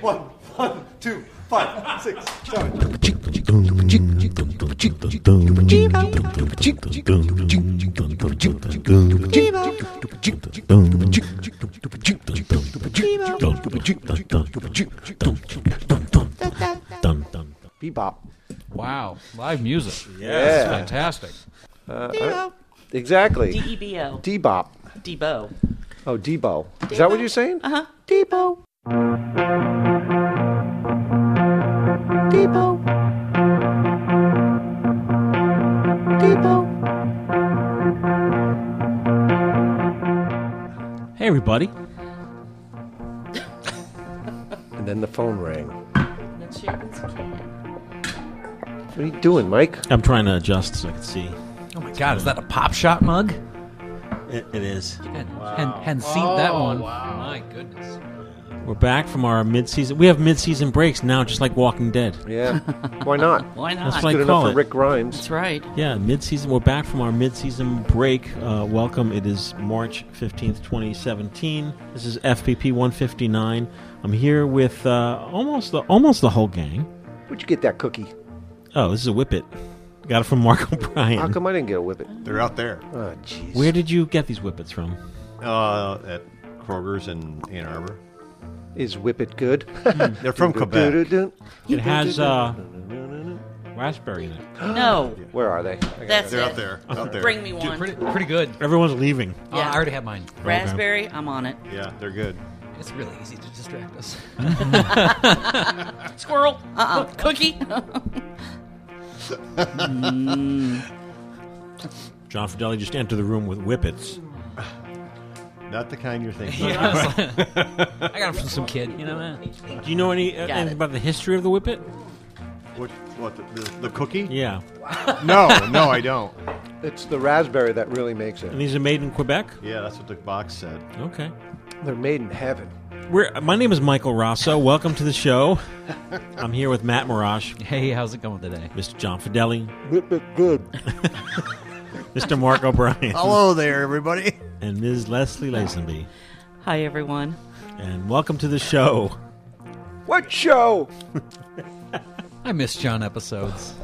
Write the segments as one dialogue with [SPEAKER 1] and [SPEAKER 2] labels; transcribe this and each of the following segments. [SPEAKER 1] One, one, two, five, six, seven.
[SPEAKER 2] Bebop.
[SPEAKER 1] Bebop.
[SPEAKER 3] Wow, live music.
[SPEAKER 1] Yeah.
[SPEAKER 3] That's fantastic.
[SPEAKER 1] Exactly.
[SPEAKER 4] D-E-B-O.
[SPEAKER 1] Debop.
[SPEAKER 4] D-Bo.
[SPEAKER 1] Oh, Debo. Is that what you're saying?
[SPEAKER 4] Uh-huh.
[SPEAKER 1] Uh huh. Debo. Debo. Debo.
[SPEAKER 2] Hey, everybody.
[SPEAKER 1] And then the phone rang.
[SPEAKER 4] No chickens can.
[SPEAKER 1] What are you doing, Mike?
[SPEAKER 2] I'm trying to adjust so I can see.
[SPEAKER 3] Oh my God, is that a pop shot mug?
[SPEAKER 2] It, it is.
[SPEAKER 3] And and, and seen that one. My goodness.
[SPEAKER 2] We're back from our mid-season. We have mid-season breaks now, just like Walking Dead.
[SPEAKER 1] Yeah. Why not?
[SPEAKER 4] Why not?
[SPEAKER 2] That's what
[SPEAKER 4] That's,
[SPEAKER 1] Ah, Good
[SPEAKER 2] I
[SPEAKER 1] enough
[SPEAKER 2] call
[SPEAKER 1] for
[SPEAKER 2] it.
[SPEAKER 1] Rick Grimes.
[SPEAKER 4] right.
[SPEAKER 3] Oh,
[SPEAKER 2] Yeah, mid-season. We're back from our mid-season break. Uh, welcome. It is March fifteenth, twenty seventeen. This is FPP one fifty nine. I'm here with uh, almost the almost the whole gang.
[SPEAKER 1] Where'd you get that cookie?
[SPEAKER 2] Oh, this is a whippet. Got it from Mark O'Brien.
[SPEAKER 1] How come I didn't get a whippet?
[SPEAKER 5] They're out there
[SPEAKER 1] Oh, Hmm? jeez.
[SPEAKER 2] Where did you get these whippets from?
[SPEAKER 5] uh, at Kroger's in Ann Arbor.
[SPEAKER 1] Is whippet good?
[SPEAKER 5] They're from Quebec.
[SPEAKER 2] It has uh, raspberry in it.
[SPEAKER 4] No.
[SPEAKER 1] Where are they? I got
[SPEAKER 4] Oh, That's
[SPEAKER 5] They're
[SPEAKER 4] it.
[SPEAKER 5] out there. Out there.
[SPEAKER 4] Bring me
[SPEAKER 3] Dude,
[SPEAKER 4] one.
[SPEAKER 3] pretty, pretty good.
[SPEAKER 2] Everyone's leaving.
[SPEAKER 3] Oh,
[SPEAKER 4] Yeah.
[SPEAKER 3] I already have mine.
[SPEAKER 4] Raspberry, I'm on it.
[SPEAKER 5] Yeah, they're good.
[SPEAKER 3] It's really easy to distract us.
[SPEAKER 4] Squirrel. Uh-uh. Cookie.
[SPEAKER 2] John Fidelli just entered the room with whippets.
[SPEAKER 5] Not the kind you're thinking. of.
[SPEAKER 3] I got it from some kid. You know, eh.
[SPEAKER 2] Do you know any uh,
[SPEAKER 4] Got
[SPEAKER 2] anything
[SPEAKER 4] it.
[SPEAKER 2] about the history of the whippet?
[SPEAKER 5] What? What? The, the, the cookie?
[SPEAKER 2] Yeah,
[SPEAKER 5] No, no, I don't.
[SPEAKER 1] it. It's the raspberry that really makes
[SPEAKER 2] and
[SPEAKER 1] it.
[SPEAKER 2] these are made in Quebec.
[SPEAKER 5] Yeah, that's what the box said.
[SPEAKER 2] Okay.
[SPEAKER 1] They're made in heaven.
[SPEAKER 2] We're, my name is Michael Rosso. Welcome to the show. I'm here with Matt Marash,
[SPEAKER 3] hey, how's it going today?
[SPEAKER 2] Mr. John Fidelli,
[SPEAKER 1] Whippet good.
[SPEAKER 2] Mr. Mark O'Brien,
[SPEAKER 5] Hello there, everybody.
[SPEAKER 2] and Ms. Leslie Lazenby.
[SPEAKER 4] Hi, everyone.
[SPEAKER 2] And welcome to the show.
[SPEAKER 1] What show?
[SPEAKER 3] I miss John episodes.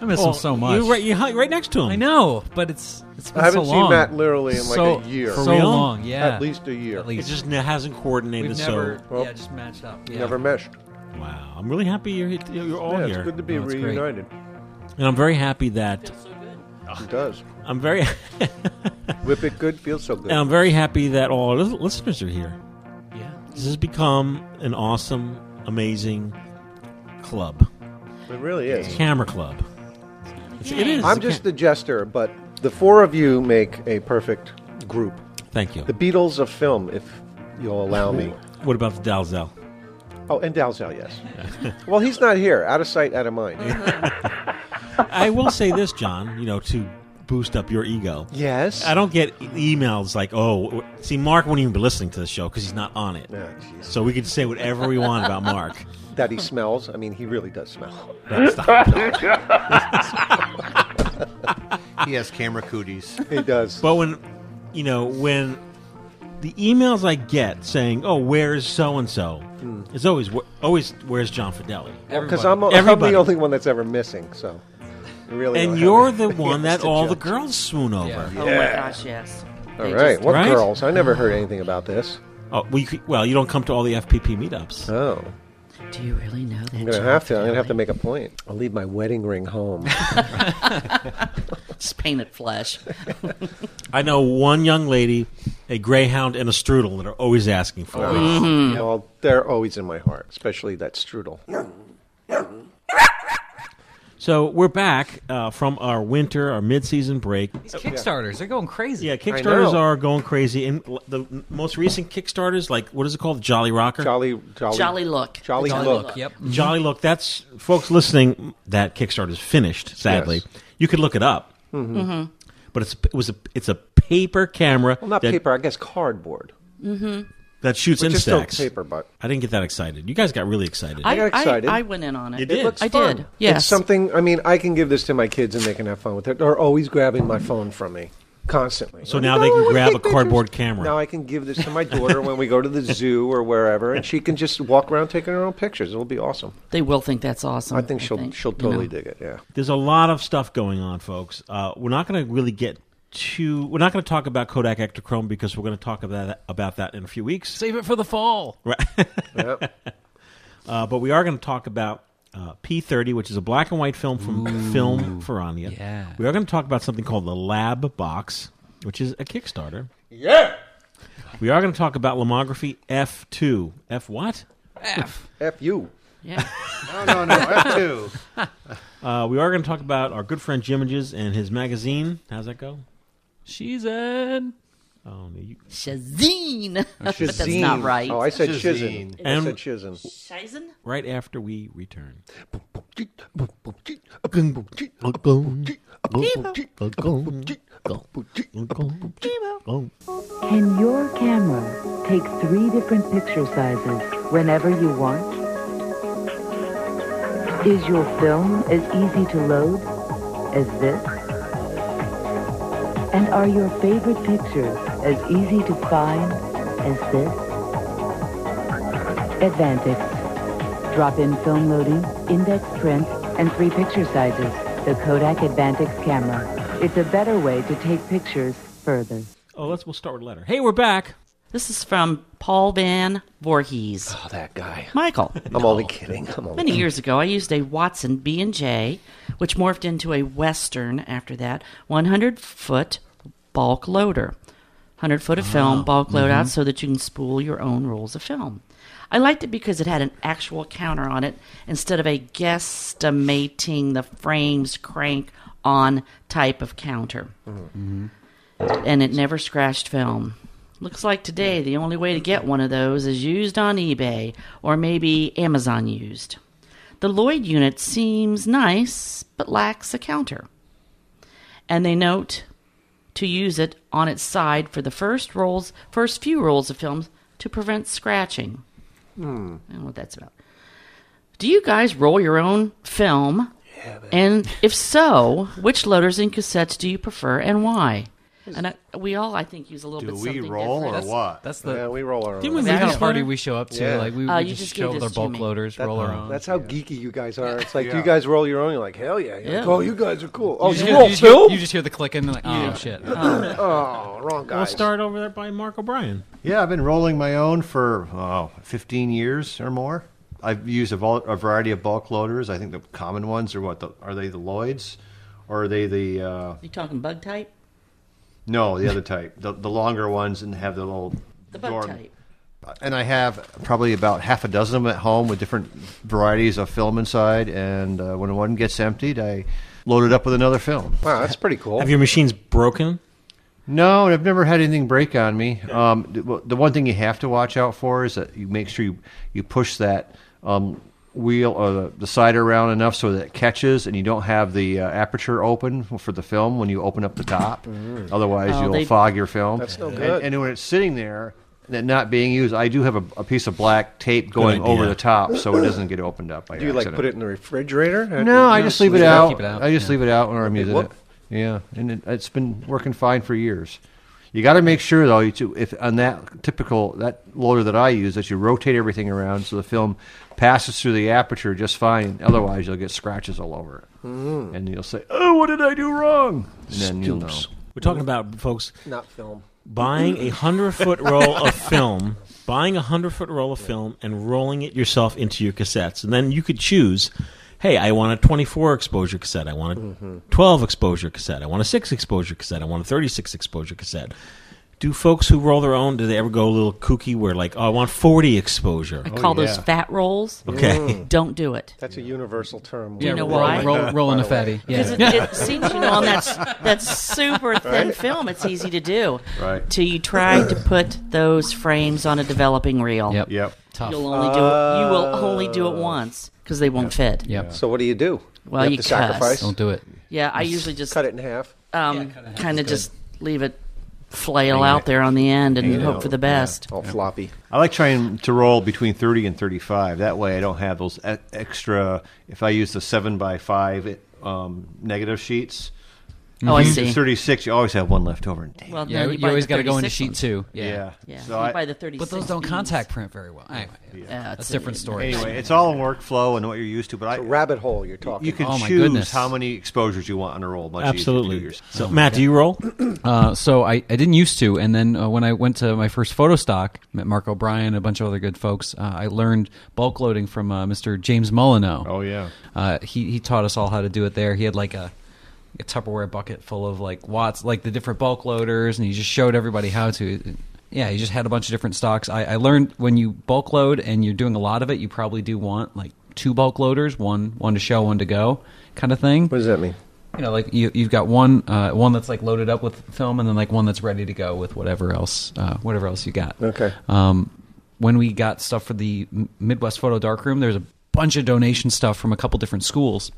[SPEAKER 3] I miss
[SPEAKER 2] Well,
[SPEAKER 3] him so much.
[SPEAKER 2] You're right, you're hi- right next to him.
[SPEAKER 3] I know, but it's it's been
[SPEAKER 1] I haven't
[SPEAKER 3] so
[SPEAKER 1] seen
[SPEAKER 3] long.
[SPEAKER 1] Matt literally in like
[SPEAKER 3] so,
[SPEAKER 1] a year.
[SPEAKER 3] So
[SPEAKER 2] For real?
[SPEAKER 3] long, yeah.
[SPEAKER 1] At least a year.
[SPEAKER 3] At
[SPEAKER 2] It
[SPEAKER 3] least.
[SPEAKER 2] just n- hasn't coordinated,
[SPEAKER 3] We've never,
[SPEAKER 2] so
[SPEAKER 1] Well,
[SPEAKER 3] yeah, just matched up. Yeah.
[SPEAKER 1] Never meshed.
[SPEAKER 2] wow. I'm really happy you're hit- you're all
[SPEAKER 1] Yeah,
[SPEAKER 2] here,
[SPEAKER 1] it's good to be
[SPEAKER 3] No, it's great.
[SPEAKER 1] reunited.
[SPEAKER 2] and I'm very happy that
[SPEAKER 1] It does.
[SPEAKER 2] I'm very
[SPEAKER 1] Whippet good feels so
[SPEAKER 2] and
[SPEAKER 1] good.
[SPEAKER 3] Um,
[SPEAKER 2] I'm very happy that all our lis- listeners are here.
[SPEAKER 3] Yeah.
[SPEAKER 2] This has become an awesome, amazing club,
[SPEAKER 1] It really is.
[SPEAKER 2] camera club. It's, it is.
[SPEAKER 1] I'm just the jester, but the four of you make a perfect group.
[SPEAKER 2] Thank you.
[SPEAKER 1] The Beatles of film, if you'll allow me.
[SPEAKER 2] What about the Dalzell?
[SPEAKER 1] Oh, and Dalzell, yes. well, he's not here. Out of sight, out of
[SPEAKER 2] Uh-huh.
[SPEAKER 1] mind.
[SPEAKER 2] I will say this, John. You know, to boost up your ego.
[SPEAKER 1] yes.
[SPEAKER 2] I don't get e- emails like, "Oh, w- see, Mark won't even be listening to the show because he's not on it."
[SPEAKER 1] Yeah, jeez.
[SPEAKER 2] so we can say whatever we want about Mark.
[SPEAKER 1] that he smells. I mean, he really does smell.
[SPEAKER 5] He has camera cooties.
[SPEAKER 1] He does.
[SPEAKER 2] But when, you know, when the emails I get saying, "Oh, where's so and so,"
[SPEAKER 1] Hmm.
[SPEAKER 2] it's always wh- always where's John Fidelli,
[SPEAKER 1] Because I'm, I'm
[SPEAKER 2] Everybody.
[SPEAKER 1] the only one that's ever missing, so. you Really
[SPEAKER 2] and
[SPEAKER 1] don't
[SPEAKER 2] you're
[SPEAKER 1] have
[SPEAKER 2] the
[SPEAKER 1] any-
[SPEAKER 2] one
[SPEAKER 1] Yes,
[SPEAKER 2] that
[SPEAKER 1] to
[SPEAKER 2] all the
[SPEAKER 1] judge.
[SPEAKER 2] girls swoon over.
[SPEAKER 3] Yeah.
[SPEAKER 4] Oh, my gosh, yes.
[SPEAKER 1] All
[SPEAKER 4] They
[SPEAKER 1] right.
[SPEAKER 4] just-
[SPEAKER 1] What
[SPEAKER 2] Right?
[SPEAKER 1] girls? I never heard anything about this.
[SPEAKER 2] Oh, well you, c- well, you don't come to all the FPP meetups.
[SPEAKER 1] Oh.
[SPEAKER 4] Do you really know that?
[SPEAKER 1] I'm gonna have to. I'm gonna have to make a point. I'll leave my wedding ring home.
[SPEAKER 4] It's painted flesh.
[SPEAKER 2] I know one young lady, a greyhound, and a strudel that are always asking for
[SPEAKER 1] Oh.
[SPEAKER 2] it.
[SPEAKER 1] Well, they're always in my heart, especially that strudel.
[SPEAKER 2] So we're back uh, from our winter, our mid-season break.
[SPEAKER 1] Oh,
[SPEAKER 3] These Kickstarters, they're going crazy.
[SPEAKER 2] Yeah, Kickstarters
[SPEAKER 1] know.
[SPEAKER 2] are going crazy, and l- the most recent Kickstarters, like what is it called, Jolly Rocker,
[SPEAKER 1] Jolly, Mm-hmm. jolly,
[SPEAKER 4] Jolly look.
[SPEAKER 1] jolly,
[SPEAKER 3] Jolly
[SPEAKER 1] look.
[SPEAKER 3] look, Yep.
[SPEAKER 2] Jolly Look. That's folks listening. That Kickstarter's finished. Sadly,
[SPEAKER 1] Yes.
[SPEAKER 2] you could look it up, mm-hmm. but it's it was a it's a paper camera
[SPEAKER 1] Well, not
[SPEAKER 2] that,
[SPEAKER 1] paper. I guess cardboard.
[SPEAKER 2] that shoots
[SPEAKER 1] Which is still
[SPEAKER 2] insects.
[SPEAKER 1] paper, but
[SPEAKER 2] I didn't get that excited. You guys got really excited.
[SPEAKER 1] got excited.
[SPEAKER 4] I, went in on it.
[SPEAKER 2] You did? It looks
[SPEAKER 4] I
[SPEAKER 1] fun.
[SPEAKER 4] did. Yes.
[SPEAKER 1] It's something. I mean, I can give this to my kids and they can have fun with it. They're always grabbing my phone from me. constantly.
[SPEAKER 2] So
[SPEAKER 1] Like,
[SPEAKER 2] now
[SPEAKER 1] "No,
[SPEAKER 2] they
[SPEAKER 1] I
[SPEAKER 2] can
[SPEAKER 1] wanna
[SPEAKER 2] grab
[SPEAKER 1] take
[SPEAKER 2] a cardboard
[SPEAKER 1] pictures."
[SPEAKER 2] camera.
[SPEAKER 1] Now I can give this to my daughter when we go to the zoo or wherever, and she can just walk around taking her own pictures. It'll be awesome.
[SPEAKER 4] They will think that's awesome.
[SPEAKER 1] I think she'll she'll
[SPEAKER 4] you
[SPEAKER 1] totally
[SPEAKER 4] know.
[SPEAKER 1] dig it. Yeah.
[SPEAKER 2] There's a lot of stuff going on, folks. Uh, we're not going to really get too. We're not going to talk about Kodak Ektachrome because we're going to talk about that, about that in a few weeks.
[SPEAKER 3] Save it for the fall.
[SPEAKER 1] Yep.
[SPEAKER 2] Uh, but we are going to talk about uh, P30, which is a black and white film from Film Ferrania.
[SPEAKER 3] Yeah.
[SPEAKER 2] We are going to talk about something called the Lab Box, which is a Kickstarter. Yeah. We are going to talk about Lomography F2. F what?
[SPEAKER 3] F.
[SPEAKER 1] F you.
[SPEAKER 4] Yeah.
[SPEAKER 6] No, no, no. F two.
[SPEAKER 2] Uh, we are going to talk about our good friend Jimages and his magazine. How's that go?
[SPEAKER 3] She's in.
[SPEAKER 2] Oh, no, you,
[SPEAKER 4] Shazine. but that's not
[SPEAKER 1] Zine.
[SPEAKER 4] right.
[SPEAKER 1] Oh, I said
[SPEAKER 6] Shazine.
[SPEAKER 1] Shizen. I
[SPEAKER 2] And-
[SPEAKER 1] said Shizen.
[SPEAKER 4] Shizen?
[SPEAKER 2] right after we return.
[SPEAKER 7] Can your camera take three different picture sizes whenever you want? Is your film as easy to load as this? And are your favorite pictures as easy to find as this? Advantix. Drop-in film loading, index print, and three picture sizes. The Kodak Advantix camera. It's a better way to take pictures further.
[SPEAKER 2] Oh, let's we'll start with a letter. Hey, we're back.
[SPEAKER 4] This is from Paul Van Voorhees.
[SPEAKER 1] Oh, that guy.
[SPEAKER 4] Michael.
[SPEAKER 1] I'm only kidding. I'm only
[SPEAKER 4] Many years ago, I used a Watson B&J, which morphed into a Western after that, 100-foot bulk loader. 100-foot of film, bulk load out so that you can spool your own rolls of film. I liked it because it had an actual counter on it instead of a guesstimating the frames crank on type of counter. And it never scratched film. Looks like today the only way to get one of those is used on eBay or maybe Amazon used. The Lloyd unit seems nice but lacks a counter. And they note to use it on its side for the first rolls, first few rolls of films to prevent scratching. I don't know what that's about. Do you guys roll your own film? and if so, which loaders and cassettes do you prefer and why? And I, we all, I think, use a little
[SPEAKER 6] Do
[SPEAKER 4] bit
[SPEAKER 6] we
[SPEAKER 4] something
[SPEAKER 6] roll
[SPEAKER 4] different.
[SPEAKER 6] or what?
[SPEAKER 3] That's
[SPEAKER 1] Yeah,
[SPEAKER 3] the
[SPEAKER 1] we roll our
[SPEAKER 2] Didn't we
[SPEAKER 1] own.
[SPEAKER 3] that's the
[SPEAKER 2] Yeah.
[SPEAKER 3] kind
[SPEAKER 2] Yeah.
[SPEAKER 3] of party we show up to.
[SPEAKER 1] Yeah.
[SPEAKER 3] Like we,
[SPEAKER 4] Uh,
[SPEAKER 3] we
[SPEAKER 4] you
[SPEAKER 3] just,
[SPEAKER 4] just gave
[SPEAKER 3] show up with
[SPEAKER 4] this
[SPEAKER 3] our
[SPEAKER 4] to
[SPEAKER 3] bulk
[SPEAKER 4] me.
[SPEAKER 3] loaders, roll our own.
[SPEAKER 1] That's how geeky you guys are. It's like you
[SPEAKER 6] Yeah.
[SPEAKER 1] guys roll your own. You're like, hell yeah. You're like,
[SPEAKER 4] Yeah.
[SPEAKER 1] oh, you guys are cool. Oh,
[SPEAKER 3] you,
[SPEAKER 1] you,
[SPEAKER 3] just,
[SPEAKER 1] roll
[SPEAKER 3] you, just hear,
[SPEAKER 1] too?
[SPEAKER 3] you just hear the click and like, oh shit.
[SPEAKER 1] Oh, wrong guys.
[SPEAKER 2] We'll start over there by Mark O'Brien.
[SPEAKER 6] Yeah, I've been rolling my own for oh, 15 years or more. I've used a, vol- a variety of bulk loaders. I think the common ones are what? The, are they the Lloyds? Or are they the. Uh,
[SPEAKER 4] You talking bug type?
[SPEAKER 6] no, the other type. The, the longer ones and have the little.
[SPEAKER 4] The bug
[SPEAKER 6] door-
[SPEAKER 4] type.
[SPEAKER 6] And I have probably about half a dozen of them at home with different varieties of film inside. And uh, when one gets emptied, I load it up with another film.
[SPEAKER 1] Wow, that's pretty cool.
[SPEAKER 2] Have your machines broken?
[SPEAKER 6] No, and I've never had anything break on me. Um, th- well, the one thing you have to watch out for is that you make sure you, you push that um, wheel or the, the side around enough so that it catches and you don't have the uh, aperture open for the film when you open up the top. Otherwise,
[SPEAKER 4] Oh,
[SPEAKER 6] you'll
[SPEAKER 4] they-
[SPEAKER 6] fog your film.
[SPEAKER 1] Mm. That's no
[SPEAKER 6] And-
[SPEAKER 1] good.
[SPEAKER 6] And, when it's sitting there and not being used, I do have a, a piece of black tape going
[SPEAKER 2] idea.
[SPEAKER 6] over the top so it doesn't get opened up. By
[SPEAKER 1] Do you like
[SPEAKER 6] accident.
[SPEAKER 1] put it in the refrigerator?
[SPEAKER 6] No, I just leave it
[SPEAKER 3] it out.
[SPEAKER 6] out.
[SPEAKER 3] Keep it out,
[SPEAKER 6] I just
[SPEAKER 3] yeah.
[SPEAKER 6] leave it out when I'm using it.
[SPEAKER 1] whoop.
[SPEAKER 6] Yeah, and it, it's been working fine for years. You got to make sure though, you too, if on that typical that loader that I use, that you rotate everything around so the film passes through the aperture just fine. Otherwise, you'll get scratches all over it, and you'll say, "Oh, what did I do wrong?" And then you'll know.
[SPEAKER 1] Stoops.
[SPEAKER 2] We're talking about folks
[SPEAKER 1] Not film.
[SPEAKER 2] buying a hundred foot roll of film, buying a hundred foot roll of film, and rolling it yourself into your cassettes, and then you could choose. Hey, I want a 24 exposure cassette. I want a 12 exposure cassette. I want a 6 exposure cassette. I want a 36 exposure cassette. Do folks who roll their own, do they ever go a little kooky where, like, oh, I want 40 exposure?
[SPEAKER 4] I call those
[SPEAKER 6] Oh, yeah.
[SPEAKER 4] fat rolls.
[SPEAKER 2] Okay.
[SPEAKER 4] Don't do it.
[SPEAKER 1] That's a universal term.
[SPEAKER 4] you
[SPEAKER 3] yeah,
[SPEAKER 4] know
[SPEAKER 3] roll,
[SPEAKER 4] why?
[SPEAKER 3] roll, roll in a fatty. Yeah.
[SPEAKER 4] Because it, it seems, you know, on that, s- that super thin film, it's easy to do.
[SPEAKER 6] Right.
[SPEAKER 4] Till you try to put those frames on a developing reel.
[SPEAKER 3] Yep.
[SPEAKER 6] Yep.
[SPEAKER 3] Tough.
[SPEAKER 4] You'll only do it. You will only do it once because they won't fit.
[SPEAKER 3] Yep.
[SPEAKER 1] So what do you do? you
[SPEAKER 4] Well,
[SPEAKER 1] have
[SPEAKER 4] you
[SPEAKER 1] to
[SPEAKER 4] cuss.
[SPEAKER 1] sacrifice.
[SPEAKER 3] Don't do it.
[SPEAKER 4] Yeah, I usually just
[SPEAKER 1] Cut it in half.
[SPEAKER 4] um,
[SPEAKER 3] cut it.
[SPEAKER 4] kind of
[SPEAKER 3] Good.
[SPEAKER 4] just leave it flail out there on the end and hope for the best.
[SPEAKER 1] All floppy.
[SPEAKER 6] I like trying to roll between 30 and 35. That way I don't have those e- extra, if I use the 7 by 5 um, negative sheets,
[SPEAKER 4] Oh, I
[SPEAKER 5] If
[SPEAKER 4] see.
[SPEAKER 5] it's 36, you always have one left over. Damn.
[SPEAKER 4] Well,
[SPEAKER 3] Yeah,
[SPEAKER 4] then
[SPEAKER 3] you,
[SPEAKER 4] buy
[SPEAKER 3] always
[SPEAKER 4] the
[SPEAKER 3] got to go into
[SPEAKER 4] 36
[SPEAKER 3] sheet
[SPEAKER 4] ones.
[SPEAKER 3] two. Yeah.
[SPEAKER 5] yeah.
[SPEAKER 4] Yeah,
[SPEAKER 5] So
[SPEAKER 4] you
[SPEAKER 5] I-
[SPEAKER 4] buy the thirty.
[SPEAKER 3] But those don't contact print very well. Anyway, that's a different story.
[SPEAKER 5] anyway, it's all in workflow and what you're used to, but I,
[SPEAKER 1] rabbit hole you're talking.
[SPEAKER 5] you can
[SPEAKER 3] Oh, my
[SPEAKER 5] choose
[SPEAKER 3] goodness.
[SPEAKER 5] how many exposures you want on a roll. Much easier to do
[SPEAKER 2] Absolutely.
[SPEAKER 5] yours.
[SPEAKER 2] So, Matt, do you roll?
[SPEAKER 3] Uh, so I, I didn't used to, and then uh, when I went to my first photo stock, met Mark O'Brien, a bunch of other good folks. Uh, I learned bulk loading from uh, Mr. James Molyneux.
[SPEAKER 5] Oh, yeah.
[SPEAKER 3] uh, he he taught us all how to do it there. He had like a, a Tupperware bucket full of like watts, like the different bulk loaders, and he just showed everybody how to. Yeah, he just had a bunch of different stocks. I, I learned when you bulk load and you're doing a lot of it, you probably do want like two bulk loaders, one one to show, one to go, kind of thing
[SPEAKER 1] what does that mean?
[SPEAKER 3] you know, like you, you've got one uh, one that's like loaded up with film, and then like one that's ready to go with whatever else, uh, whatever else you got.
[SPEAKER 1] Okay.
[SPEAKER 3] Um, when we got stuff for the M- Midwest Photo Darkroom, there's a bunch of donation stuff from a couple different schools.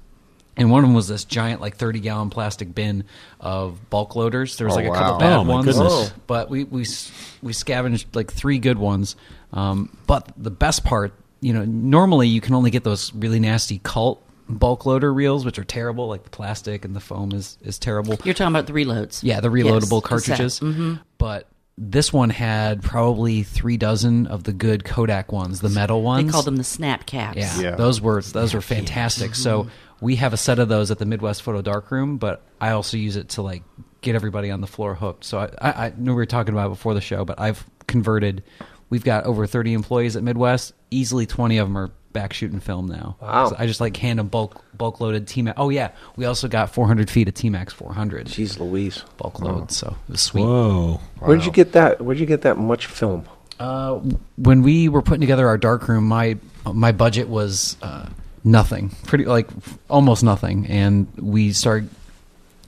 [SPEAKER 3] And one of them was this giant, like thirty gallon plastic bin of bulk loaders. There was
[SPEAKER 1] Oh,
[SPEAKER 3] like a couple
[SPEAKER 1] wow.
[SPEAKER 3] bad
[SPEAKER 2] Oh, my
[SPEAKER 3] ones,
[SPEAKER 2] goodness.
[SPEAKER 1] Whoa.
[SPEAKER 3] but we we s- we scavenged like three good ones. Um, but the best part, you know, normally you can only get those really nasty cult bulk loader reels, which are terrible. Like the plastic and the foam is is terrible.
[SPEAKER 4] You're talking about the reloads.
[SPEAKER 3] Yeah, the
[SPEAKER 4] Yes,
[SPEAKER 3] reloadable
[SPEAKER 4] cassette.
[SPEAKER 3] cartridges.
[SPEAKER 4] Mm.
[SPEAKER 3] But this one had probably three dozen of the good Kodak ones, the metal ones.
[SPEAKER 4] They called them the snap caps.
[SPEAKER 3] Yeah,
[SPEAKER 5] Yeah.
[SPEAKER 3] those were those were fantastic. So
[SPEAKER 4] Mm-hmm.
[SPEAKER 3] we have a set of those at the Midwest Photo Darkroom, but I also use it to like get everybody on the floor hooked. So I, I, I know we were talking about it before the show, but I've converted. We've got over thirty employees at Midwest. Easily twenty of them are back shooting film now.
[SPEAKER 1] Wow.
[SPEAKER 3] So I just like hand them bulk bulk loaded T Max. Oh yeah, we also got four hundred feet of T Max four hundred
[SPEAKER 1] Jeez Louise.
[SPEAKER 3] bulk load. So it was sweet.
[SPEAKER 2] Whoa.
[SPEAKER 1] Where'd you get that? Where'd you get that much film?
[SPEAKER 3] Uh, when we were putting together our darkroom, my my budget was uh, nothing, pretty like almost nothing, and we started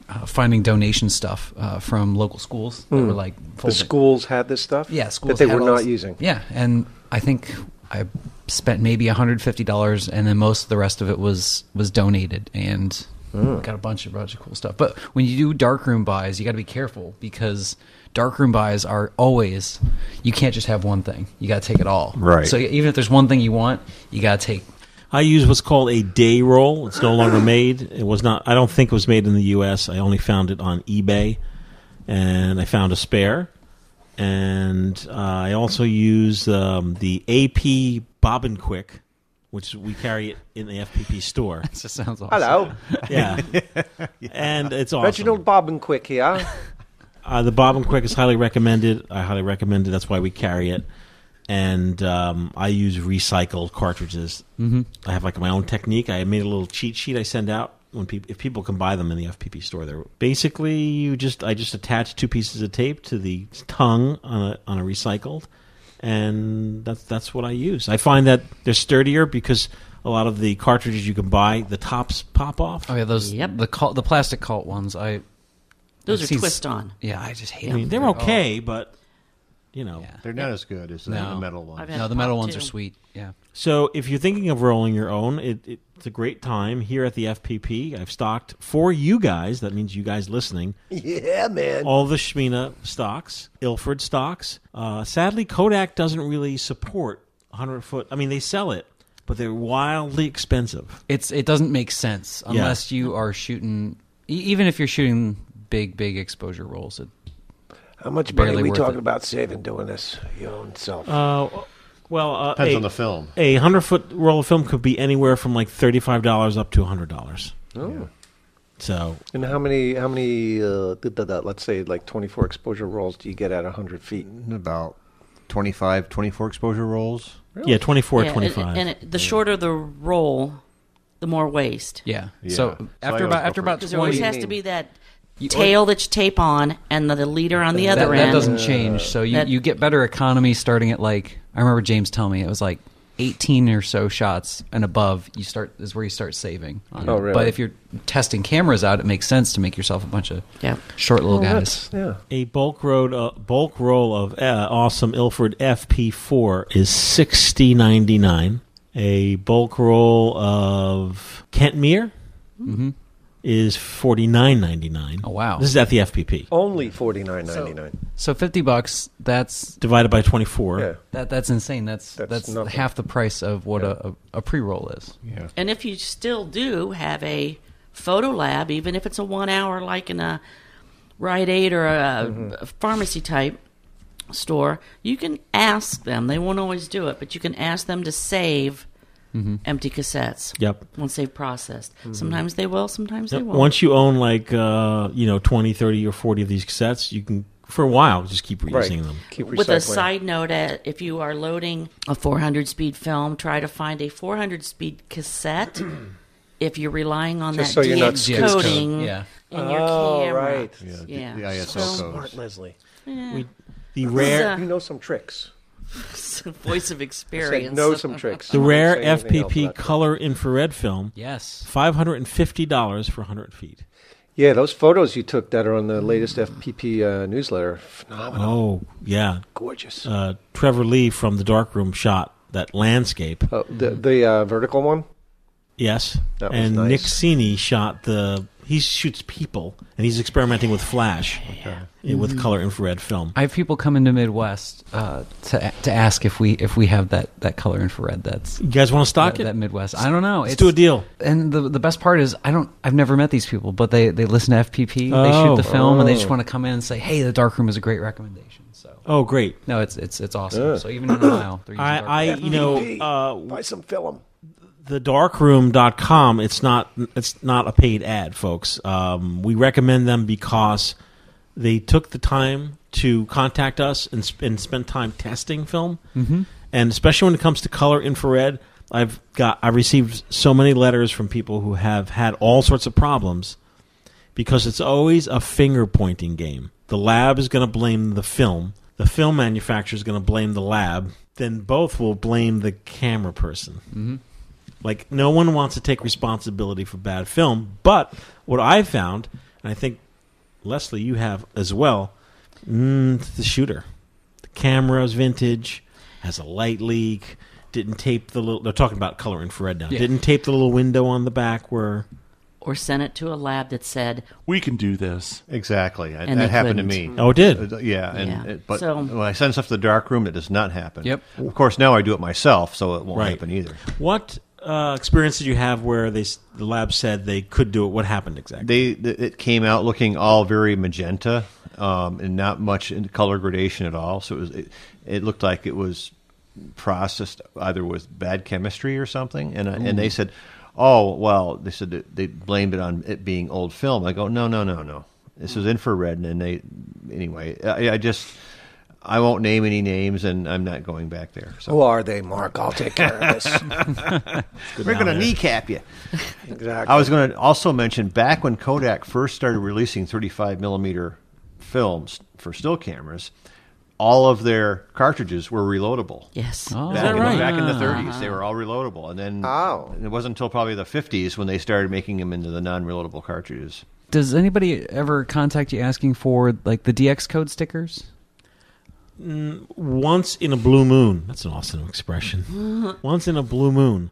[SPEAKER 3] uh, finding donation stuff uh, from local schools that were like
[SPEAKER 1] The
[SPEAKER 3] folded.
[SPEAKER 1] schools had this stuff.
[SPEAKER 3] yeah, schools
[SPEAKER 1] that they
[SPEAKER 3] had
[SPEAKER 1] were
[SPEAKER 3] all
[SPEAKER 1] not
[SPEAKER 3] this-
[SPEAKER 1] using.
[SPEAKER 3] Yeah, and I think I spent maybe hundred fifty dollars, and then most of the rest of it was was donated, and
[SPEAKER 1] Hmm.
[SPEAKER 3] got a bunch of bunch of cool stuff. But when you do darkroom buys, you got to be careful because darkroom buys are always you can't just have one thing; you got to take it all.
[SPEAKER 5] Right.
[SPEAKER 3] So even if there's one thing you want, you got to take.
[SPEAKER 2] I use what's called a day roll. It's no longer made. It was not. I don't think it was made in the U.S. I only found it on eBay, and I found a spare. And uh, I also use um, the AP Bobbin Quick, which we carry it in the FPP store.
[SPEAKER 3] It just sounds awesome.
[SPEAKER 1] Hello,
[SPEAKER 2] Yeah, and it's awesome.
[SPEAKER 1] Reginald Bob and Quick here.
[SPEAKER 2] Uh, the Bob and Quick is highly recommended. I highly recommend it. That's why we carry it. And um, I use recycled cartridges. Mm-hmm. I have like my own technique. I made a little cheat sheet I send out when people if people can buy them in the FPP store. They're basically you just I just attach two pieces of tape to the tongue on a on a recycled, and that's that's what I use. I find that they're sturdier because a lot of the cartridges you can buy the tops pop off.
[SPEAKER 3] Oh yeah, those
[SPEAKER 4] Yep.
[SPEAKER 3] the cult, the plastic cult ones. I
[SPEAKER 4] Those
[SPEAKER 3] I've
[SPEAKER 4] are
[SPEAKER 3] seen s-
[SPEAKER 4] twist on.
[SPEAKER 3] Yeah, I just hate
[SPEAKER 2] I mean,
[SPEAKER 3] them.
[SPEAKER 2] they're okay, but you know.
[SPEAKER 3] Yeah.
[SPEAKER 5] They're not as good as the,
[SPEAKER 3] No.
[SPEAKER 5] the metal ones.
[SPEAKER 4] I've had
[SPEAKER 3] No, the metal
[SPEAKER 4] pop,
[SPEAKER 3] ones are
[SPEAKER 4] too.
[SPEAKER 3] sweet. Yeah.
[SPEAKER 2] So, if you're thinking of rolling your own, it, it, it's a great time here at the FPP. I've stocked for you guys. That means you guys listening.
[SPEAKER 1] yeah, man.
[SPEAKER 2] All the Shmina stocks, Ilford stocks. Uh, sadly, Kodak doesn't really support 100 foot. I mean, they sell it, but they're wildly expensive.
[SPEAKER 3] it's it doesn't make sense unless you are shooting e- even if you're shooting big big exposure rolls it,
[SPEAKER 1] How much money
[SPEAKER 3] barely
[SPEAKER 1] are we
[SPEAKER 3] worth
[SPEAKER 1] talking
[SPEAKER 3] it.
[SPEAKER 1] about saving doing this your own self?
[SPEAKER 2] Uh, well, uh,
[SPEAKER 5] Depends
[SPEAKER 2] a,
[SPEAKER 5] on the film.
[SPEAKER 2] A 100 foot roll of film could be anywhere from like $35 up to $100.
[SPEAKER 1] Oh.
[SPEAKER 2] So,
[SPEAKER 1] and how many? How many? Uh, da- da- da, let's say like twenty-four exposure rolls. Do you get at hundred feet?
[SPEAKER 5] About 25, 24 exposure rolls.
[SPEAKER 2] yeah, 24
[SPEAKER 4] Yeah, and-
[SPEAKER 2] 25.
[SPEAKER 4] And, it, the shorter the roll, the more waste.
[SPEAKER 3] yeah.
[SPEAKER 5] Yeah. So
[SPEAKER 3] so
[SPEAKER 5] I
[SPEAKER 3] after
[SPEAKER 5] always
[SPEAKER 3] about
[SPEAKER 5] go
[SPEAKER 3] after
[SPEAKER 5] for it.
[SPEAKER 3] about
[SPEAKER 4] Because there always
[SPEAKER 3] 20
[SPEAKER 4] has to
[SPEAKER 1] mean?
[SPEAKER 4] be that
[SPEAKER 3] You-
[SPEAKER 4] tail that you tape on and the, the leader on the
[SPEAKER 3] that,
[SPEAKER 4] other
[SPEAKER 3] that
[SPEAKER 4] end.
[SPEAKER 3] doesn't change so you,
[SPEAKER 4] That-
[SPEAKER 3] you get better economy starting at like i remember james telling me it was like 18 or so shots and above you start is where you start saving on
[SPEAKER 1] Oh,
[SPEAKER 3] it.
[SPEAKER 1] really?
[SPEAKER 3] but if you're testing cameras out it makes sense to make yourself a bunch of
[SPEAKER 4] Yeah.
[SPEAKER 3] short little guys
[SPEAKER 1] Oh, that's- Yeah.
[SPEAKER 2] A bulk road uh, bulk roll of uh, awesome Ilford FP4 is sixty ninety nine. A bulk roll of Kentmere is forty nine ninety nine.
[SPEAKER 3] Mm-hmm. Oh, wow.
[SPEAKER 2] This is at the FPP
[SPEAKER 1] Only forty-nine ninety-nine.
[SPEAKER 3] so 50 bucks that's
[SPEAKER 2] divided by twenty four.
[SPEAKER 1] Yeah.
[SPEAKER 3] that, that's insane that's
[SPEAKER 1] That's
[SPEAKER 3] that's,
[SPEAKER 1] nothing.
[SPEAKER 3] half the price of what a, a, a pre-roll is
[SPEAKER 5] Yeah.
[SPEAKER 4] And if you still do have a photo lab, even if it's a one hour like in a Rite Aid or a, a pharmacy type store, you can ask them. They won't always do it, but you can ask them to save
[SPEAKER 3] Mm-hmm.
[SPEAKER 4] empty cassettes.
[SPEAKER 2] Yep.
[SPEAKER 4] Once they've processed. Sometimes they will, sometimes they won't.
[SPEAKER 2] Once you own like uh, you know 20, 30, or forty of these cassettes, you can for a while just keep reusing
[SPEAKER 1] Right.
[SPEAKER 2] them.
[SPEAKER 1] Keep
[SPEAKER 4] With a
[SPEAKER 1] recycling.
[SPEAKER 4] side note, uh, if you are loading a 400 speed film, try to find a 400 speed cassette. if you're relying on
[SPEAKER 1] Just
[SPEAKER 4] that
[SPEAKER 1] so you're not
[SPEAKER 4] DX
[SPEAKER 1] skin
[SPEAKER 3] code.
[SPEAKER 4] coding
[SPEAKER 3] Yeah.
[SPEAKER 4] in your
[SPEAKER 1] Oh,
[SPEAKER 4] camera.
[SPEAKER 1] right.
[SPEAKER 5] Yeah, the-
[SPEAKER 4] Yeah.
[SPEAKER 5] The
[SPEAKER 4] So
[SPEAKER 5] ISO codes.
[SPEAKER 1] Smart, Leslie.
[SPEAKER 2] The rare
[SPEAKER 4] Uh,
[SPEAKER 1] you know some tricks.
[SPEAKER 4] voice of
[SPEAKER 1] Say,
[SPEAKER 4] experience.
[SPEAKER 1] know some tricks.
[SPEAKER 2] the
[SPEAKER 1] Don't
[SPEAKER 2] rare
[SPEAKER 1] say anything else
[SPEAKER 2] FPP
[SPEAKER 1] about that.
[SPEAKER 2] color infrared film,
[SPEAKER 3] Yes.
[SPEAKER 2] five hundred and fifty dollars for hundred feet.
[SPEAKER 1] Yeah, those photos you took that are on the latest FPP uh, newsletter, phenomenal,
[SPEAKER 2] Oh yeah,
[SPEAKER 1] gorgeous.
[SPEAKER 2] uh, Trevor Lee from the darkroom shot that landscape.
[SPEAKER 1] oh, the the uh, vertical one.
[SPEAKER 2] Yes,
[SPEAKER 1] That was
[SPEAKER 2] and
[SPEAKER 1] nice.
[SPEAKER 2] Nick Cini shot the. He shoots people, and he's experimenting with flash, yeah,
[SPEAKER 1] Mm-hmm.
[SPEAKER 2] with color infrared film.
[SPEAKER 3] I have people come into Midwest uh, to to ask if we if we have that, that color infrared. That's
[SPEAKER 2] You guys want to
[SPEAKER 3] that,
[SPEAKER 2] stock it?
[SPEAKER 3] that Midwest. I don't know.
[SPEAKER 2] Let's do a deal.
[SPEAKER 3] And the the best part is I don't I've never met these people, but they, they listen to FPP, they
[SPEAKER 2] Oh.
[SPEAKER 3] shoot the film, and they just
[SPEAKER 1] Oh.
[SPEAKER 3] want to come in and say, "Hey, the dark room is a great recommendation." So
[SPEAKER 2] Oh, great!
[SPEAKER 3] no, it's it's it's awesome.
[SPEAKER 1] Yeah.
[SPEAKER 3] So even in Ohio, they're using
[SPEAKER 2] I,
[SPEAKER 3] dark
[SPEAKER 2] I
[SPEAKER 3] room.
[SPEAKER 2] you know,
[SPEAKER 1] FPP.
[SPEAKER 2] uh,
[SPEAKER 1] Buy some film.
[SPEAKER 2] thedarkroom.com it's not it's not a paid ad folks um, we recommend them because they took the time to contact us and, sp- and spend time testing film mm-hmm. and especially when it comes to color infrared i've got i received so many letters from people who have had all sorts of problems because it's always a finger pointing game. The lab is going to blame the film, the film manufacturer is going to blame the lab, then both will blame the camera person. Mm-hmm. Like, no one wants to take responsibility for bad film, but what I found, and I think Leslie, you have as well, mm, it's the shooter. The camera's vintage, has a light leak. Didn't tape the little. They're talking about color infrared now.
[SPEAKER 3] Yeah.
[SPEAKER 2] Didn't tape the little window on the back where
[SPEAKER 4] Or send it to a lab that said,
[SPEAKER 8] We can do this.
[SPEAKER 5] Exactly. I,
[SPEAKER 4] And
[SPEAKER 5] that
[SPEAKER 4] they
[SPEAKER 5] happened to
[SPEAKER 4] couldn't.
[SPEAKER 5] me.
[SPEAKER 2] Oh, it did?
[SPEAKER 5] Uh, Yeah, and
[SPEAKER 4] Yeah.
[SPEAKER 5] It, but
[SPEAKER 4] So-
[SPEAKER 5] when I send stuff to the dark room, it does not happen.
[SPEAKER 3] Yep.
[SPEAKER 5] Of course, now I do it myself, so it won't
[SPEAKER 2] Right.
[SPEAKER 5] happen either.
[SPEAKER 2] What uh, experience did you have where they s- the lab said they could do it? What happened exactly?
[SPEAKER 5] They th- it came out looking all very magenta, um, and not much in color gradation at all. So it was it, it looked like it was processed either with bad chemistry or something. And I and they said, oh well, they said that they blamed it on it being old film. I go, no, no, no, no. This
[SPEAKER 4] Mm.
[SPEAKER 5] was infrared, and they anyway. I, I just. I won't name any names, and I'm not going back there. So
[SPEAKER 1] Who are they, Mark? I'll take care of this.
[SPEAKER 5] We're
[SPEAKER 2] down
[SPEAKER 5] going to
[SPEAKER 2] there.
[SPEAKER 5] kneecap you.
[SPEAKER 1] exactly.
[SPEAKER 5] I was going to also mention back when Kodak first started releasing 35 millimeter films for still cameras, all of their cartridges were reloadable.
[SPEAKER 4] yes.
[SPEAKER 3] Oh.
[SPEAKER 5] Back,
[SPEAKER 2] that
[SPEAKER 5] in,
[SPEAKER 2] right?
[SPEAKER 5] back in the 30s, they were all reloadable, and then
[SPEAKER 1] Oh.
[SPEAKER 5] it wasn't until probably the 50s when they started making them into the non-reloadable cartridges.
[SPEAKER 3] Does anybody ever contact you asking for like the DX code stickers?
[SPEAKER 2] Once in a blue moon. That's an awesome expression. Once in a blue moon.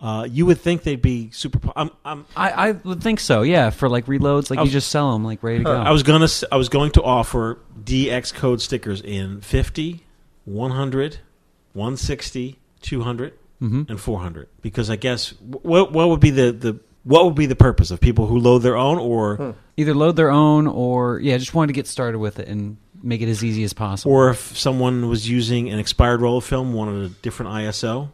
[SPEAKER 2] Uh, you would think they'd be super. Po- I'm, I'm,
[SPEAKER 3] I, I would think so. Yeah, for like reloads, like
[SPEAKER 2] I
[SPEAKER 3] you
[SPEAKER 2] was-
[SPEAKER 3] just sell them like ready to go.
[SPEAKER 2] I was gonna. s- I was going to offer DX code stickers in 50, 100, 160, 200, and 400 because I guess wh- what what would be the, the what would be the purpose of people who load their own or
[SPEAKER 3] Either load their own or yeah, just wanted to get started with it and make it as easy as possible.
[SPEAKER 2] or if someone was using an expired roll of film, wanted a different ISO,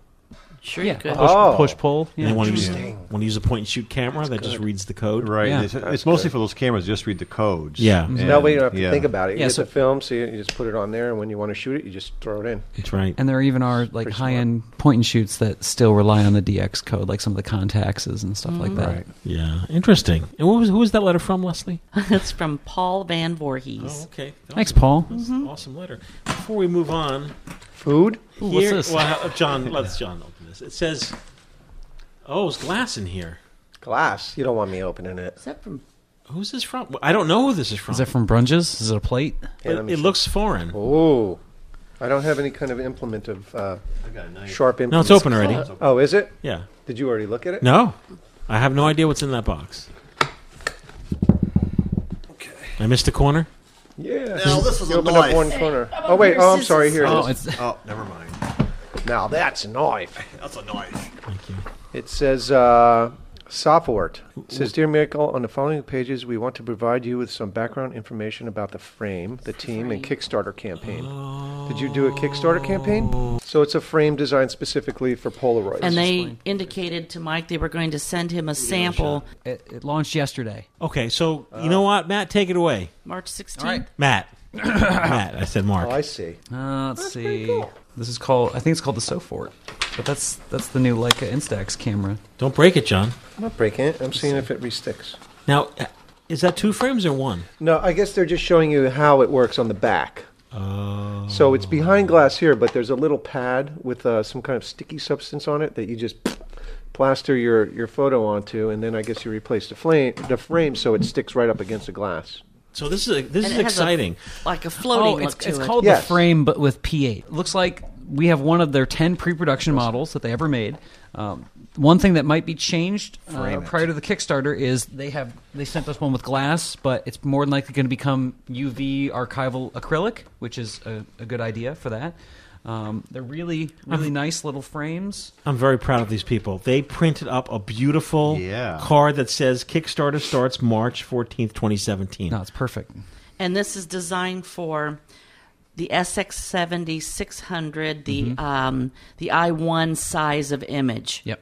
[SPEAKER 4] Sure
[SPEAKER 3] yeah,
[SPEAKER 4] you could.
[SPEAKER 3] push,
[SPEAKER 1] Oh.
[SPEAKER 3] push pull.
[SPEAKER 2] and
[SPEAKER 3] Yeah.
[SPEAKER 2] they want to use
[SPEAKER 1] Interesting.
[SPEAKER 2] want to use a point and shoot camera that just reads the code.
[SPEAKER 5] Right.
[SPEAKER 3] Yeah.
[SPEAKER 5] It's, it's mostly for those cameras. Just read the codes.
[SPEAKER 2] Yeah.
[SPEAKER 5] And-
[SPEAKER 1] That way you don't have to
[SPEAKER 5] yeah.
[SPEAKER 1] think about it. You
[SPEAKER 3] Yeah,
[SPEAKER 1] get
[SPEAKER 3] so-
[SPEAKER 1] the film, so you, you just put it on there, and when you want to shoot it, you just throw it in.
[SPEAKER 2] That's right.
[SPEAKER 3] And there even are like
[SPEAKER 1] Pretty
[SPEAKER 3] high end point and shoots that still rely on the DX code, like some of the contacts and stuff like that.
[SPEAKER 2] yeah, interesting. And what was who was that letter from, Leslie?
[SPEAKER 4] That's from Paul Van Voorhees.
[SPEAKER 2] Oh, okay.
[SPEAKER 3] Thanks, Paul.
[SPEAKER 2] Awesome letter. Before we move on,
[SPEAKER 1] Food?
[SPEAKER 3] Ooh, what's
[SPEAKER 2] here-
[SPEAKER 3] this?
[SPEAKER 2] Well, uh, John, let's John open this. It says, "Oh, it's glass in here."
[SPEAKER 1] Glass. You don't want me opening it.
[SPEAKER 4] Is that from
[SPEAKER 2] Who's this from? Well, I don't know who this is from.
[SPEAKER 3] Is it from Brunges? Is it a plate?
[SPEAKER 1] Yeah, let
[SPEAKER 2] it,
[SPEAKER 1] me
[SPEAKER 2] it
[SPEAKER 1] see.
[SPEAKER 2] looks foreign.
[SPEAKER 1] Oh, I don't have any kind of implement of uh,
[SPEAKER 5] I got a knife.
[SPEAKER 1] sharp implement.
[SPEAKER 2] No, it's open already.
[SPEAKER 1] Oh, is it?
[SPEAKER 2] Yeah.
[SPEAKER 1] Did you already look at it?
[SPEAKER 2] No, I have no idea what's in that box.
[SPEAKER 1] Okay.
[SPEAKER 2] I missed a corner.
[SPEAKER 1] Yeah.
[SPEAKER 5] Now, this is
[SPEAKER 1] you
[SPEAKER 5] a
[SPEAKER 1] open
[SPEAKER 5] knife.
[SPEAKER 1] up one corner. Oh wait. Oh, I'm sorry. Here
[SPEAKER 3] Oh,
[SPEAKER 1] it is.
[SPEAKER 3] it's
[SPEAKER 5] Oh, never mind.
[SPEAKER 1] Now that's a knife.
[SPEAKER 5] That's a knife.
[SPEAKER 2] Thank you.
[SPEAKER 1] It says uh, Sopwort says, Dear Miracle, on the following pages, we want to provide you with some background information about the frame, the team, and Kickstarter campaign. Did you do a Kickstarter campaign? So it's a frame designed specifically for Polaroids.
[SPEAKER 4] And they indicated to Mike they were going to send him a sample
[SPEAKER 3] It, it launched yesterday.
[SPEAKER 2] Okay, so you know what, Matt, take it away.
[SPEAKER 4] March 16th.
[SPEAKER 3] All right.
[SPEAKER 2] Matt, Matt, I said Mark.
[SPEAKER 1] Oh, I see.
[SPEAKER 3] Uh, let's see. This is called. I think it's called the Sofort, but that's that's the new Leica Instax camera.
[SPEAKER 2] Don't break it, John.
[SPEAKER 1] I'm not breaking it. I'm seeing if it resticks.
[SPEAKER 2] Now, is that two frames or one?
[SPEAKER 1] No, I guess they're just showing you how it works on the back.
[SPEAKER 2] Uh,
[SPEAKER 1] So it's behind glass here, but there's a little pad with uh, some kind of sticky substance on it that you just plaster your, your photo onto, and then I guess you replace the flame, the frame, so it sticks right up against the glass.
[SPEAKER 2] so this is a, this is
[SPEAKER 4] And it has a-
[SPEAKER 2] exciting.
[SPEAKER 4] like a floating
[SPEAKER 3] oh, it's,
[SPEAKER 4] look to
[SPEAKER 3] it's
[SPEAKER 4] it.
[SPEAKER 3] called
[SPEAKER 1] Yes.
[SPEAKER 3] the frame, but with P8. Looks like we have one of their 10 pre-production models that they ever made. Um, one thing that might be changed uh, prior to the Kickstarter is they have they sent us one with glass, but it's more than likely going to become UV archival acrylic, which is a, a good idea for that. Um, they're really
[SPEAKER 4] Uh-huh.
[SPEAKER 3] really nice little frames.
[SPEAKER 2] I'm very proud of these people. They printed up a beautiful
[SPEAKER 8] Yeah.
[SPEAKER 2] card that says Kickstarter starts March 14th, 2017.
[SPEAKER 3] No, it's perfect.
[SPEAKER 4] and this is designed for the SX70 600, the um, the I1 size of image.
[SPEAKER 3] Mm-hmm. Yep.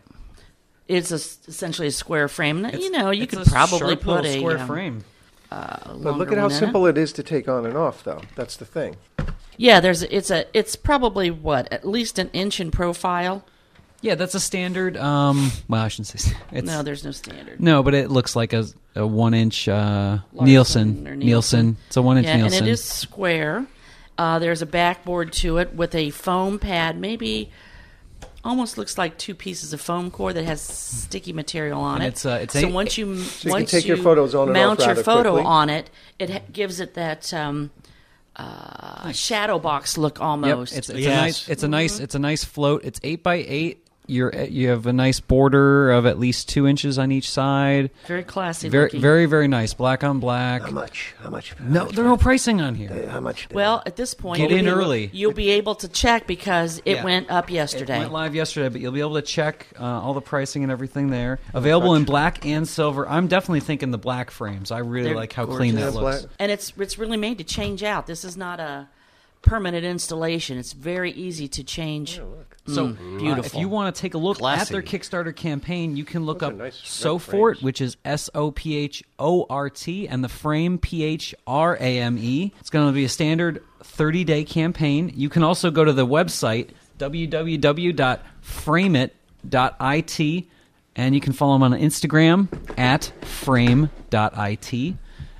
[SPEAKER 4] It's a, essentially a square frame. you
[SPEAKER 3] It's-
[SPEAKER 4] know, you
[SPEAKER 3] it's
[SPEAKER 4] could
[SPEAKER 3] a
[SPEAKER 4] probably
[SPEAKER 3] sharp little
[SPEAKER 4] put a
[SPEAKER 3] square
[SPEAKER 4] um,
[SPEAKER 3] frame.
[SPEAKER 1] But look
[SPEAKER 4] longer
[SPEAKER 1] at how
[SPEAKER 4] one eh? in it.
[SPEAKER 1] simple it is to take on and off, though. That's the thing.
[SPEAKER 4] Yeah, there's it's a it's probably what at least an inch in profile.
[SPEAKER 3] Yeah, that's a standard. Um, well, I shouldn't say. st- It's,
[SPEAKER 4] no, there's no standard.
[SPEAKER 3] No, but it looks like a, a one inch uh,
[SPEAKER 4] Larson
[SPEAKER 3] Nielsen.
[SPEAKER 4] or
[SPEAKER 3] Nielsen.
[SPEAKER 4] Nielsen.
[SPEAKER 3] It's a one inch
[SPEAKER 4] yeah,
[SPEAKER 3] Nielsen.
[SPEAKER 4] and it is square. Uh, there's a backboard to it with a foam pad, maybe almost looks like two pieces of foam core that has sticky material on
[SPEAKER 3] And
[SPEAKER 4] it.
[SPEAKER 3] it's, uh, it's
[SPEAKER 4] so
[SPEAKER 3] a-
[SPEAKER 4] once you
[SPEAKER 1] you can
[SPEAKER 4] once
[SPEAKER 1] take your photos on and
[SPEAKER 4] mount
[SPEAKER 1] off
[SPEAKER 4] your
[SPEAKER 1] rather
[SPEAKER 4] photo
[SPEAKER 1] quickly.
[SPEAKER 4] on it, it ha- gives it that um, uh, shadow box look
[SPEAKER 3] Yep,
[SPEAKER 4] almost.
[SPEAKER 3] it's, it's
[SPEAKER 2] Yes.
[SPEAKER 3] a nice.
[SPEAKER 4] Mm-hmm.
[SPEAKER 3] It's a nice. It's a nice float. It's eight by eight. You're you have a nice border of at least two inches on each side.
[SPEAKER 4] very classy.
[SPEAKER 3] Very
[SPEAKER 4] looking.
[SPEAKER 3] very very nice. Black on black.
[SPEAKER 1] How much? How much?
[SPEAKER 3] No, there's no pricing on here.
[SPEAKER 1] How much?
[SPEAKER 4] Well, at this point,
[SPEAKER 3] Get
[SPEAKER 4] you'll
[SPEAKER 3] in
[SPEAKER 4] be-
[SPEAKER 3] early.
[SPEAKER 4] You'll be able to check because it
[SPEAKER 3] Yeah.
[SPEAKER 4] went up
[SPEAKER 3] It
[SPEAKER 4] yesterday.
[SPEAKER 3] went live yesterday, but you'll be able to check uh, all the pricing and everything there. Available in black and silver. I'm definitely thinking the black frames. I really
[SPEAKER 4] They're
[SPEAKER 3] like how clean
[SPEAKER 4] gorgeous.
[SPEAKER 3] that
[SPEAKER 1] Yeah,
[SPEAKER 3] looks.
[SPEAKER 1] black.
[SPEAKER 4] and it's it's really made to change out. This is not a permanent installation. It's very easy to change.
[SPEAKER 1] Oh.
[SPEAKER 3] So
[SPEAKER 4] beautiful.
[SPEAKER 3] Uh, if you want to take a look at
[SPEAKER 8] Classy.
[SPEAKER 3] their Kickstarter campaign, you can look
[SPEAKER 1] Those are
[SPEAKER 3] up
[SPEAKER 1] nice red
[SPEAKER 3] Sofort,
[SPEAKER 1] frames.
[SPEAKER 3] which is S O P H O R T, and the frame P H R A M E. It's going to be a standard 30 day campaign. You can also go to the website www.frameit.it, and you can follow them on Instagram at frame.it.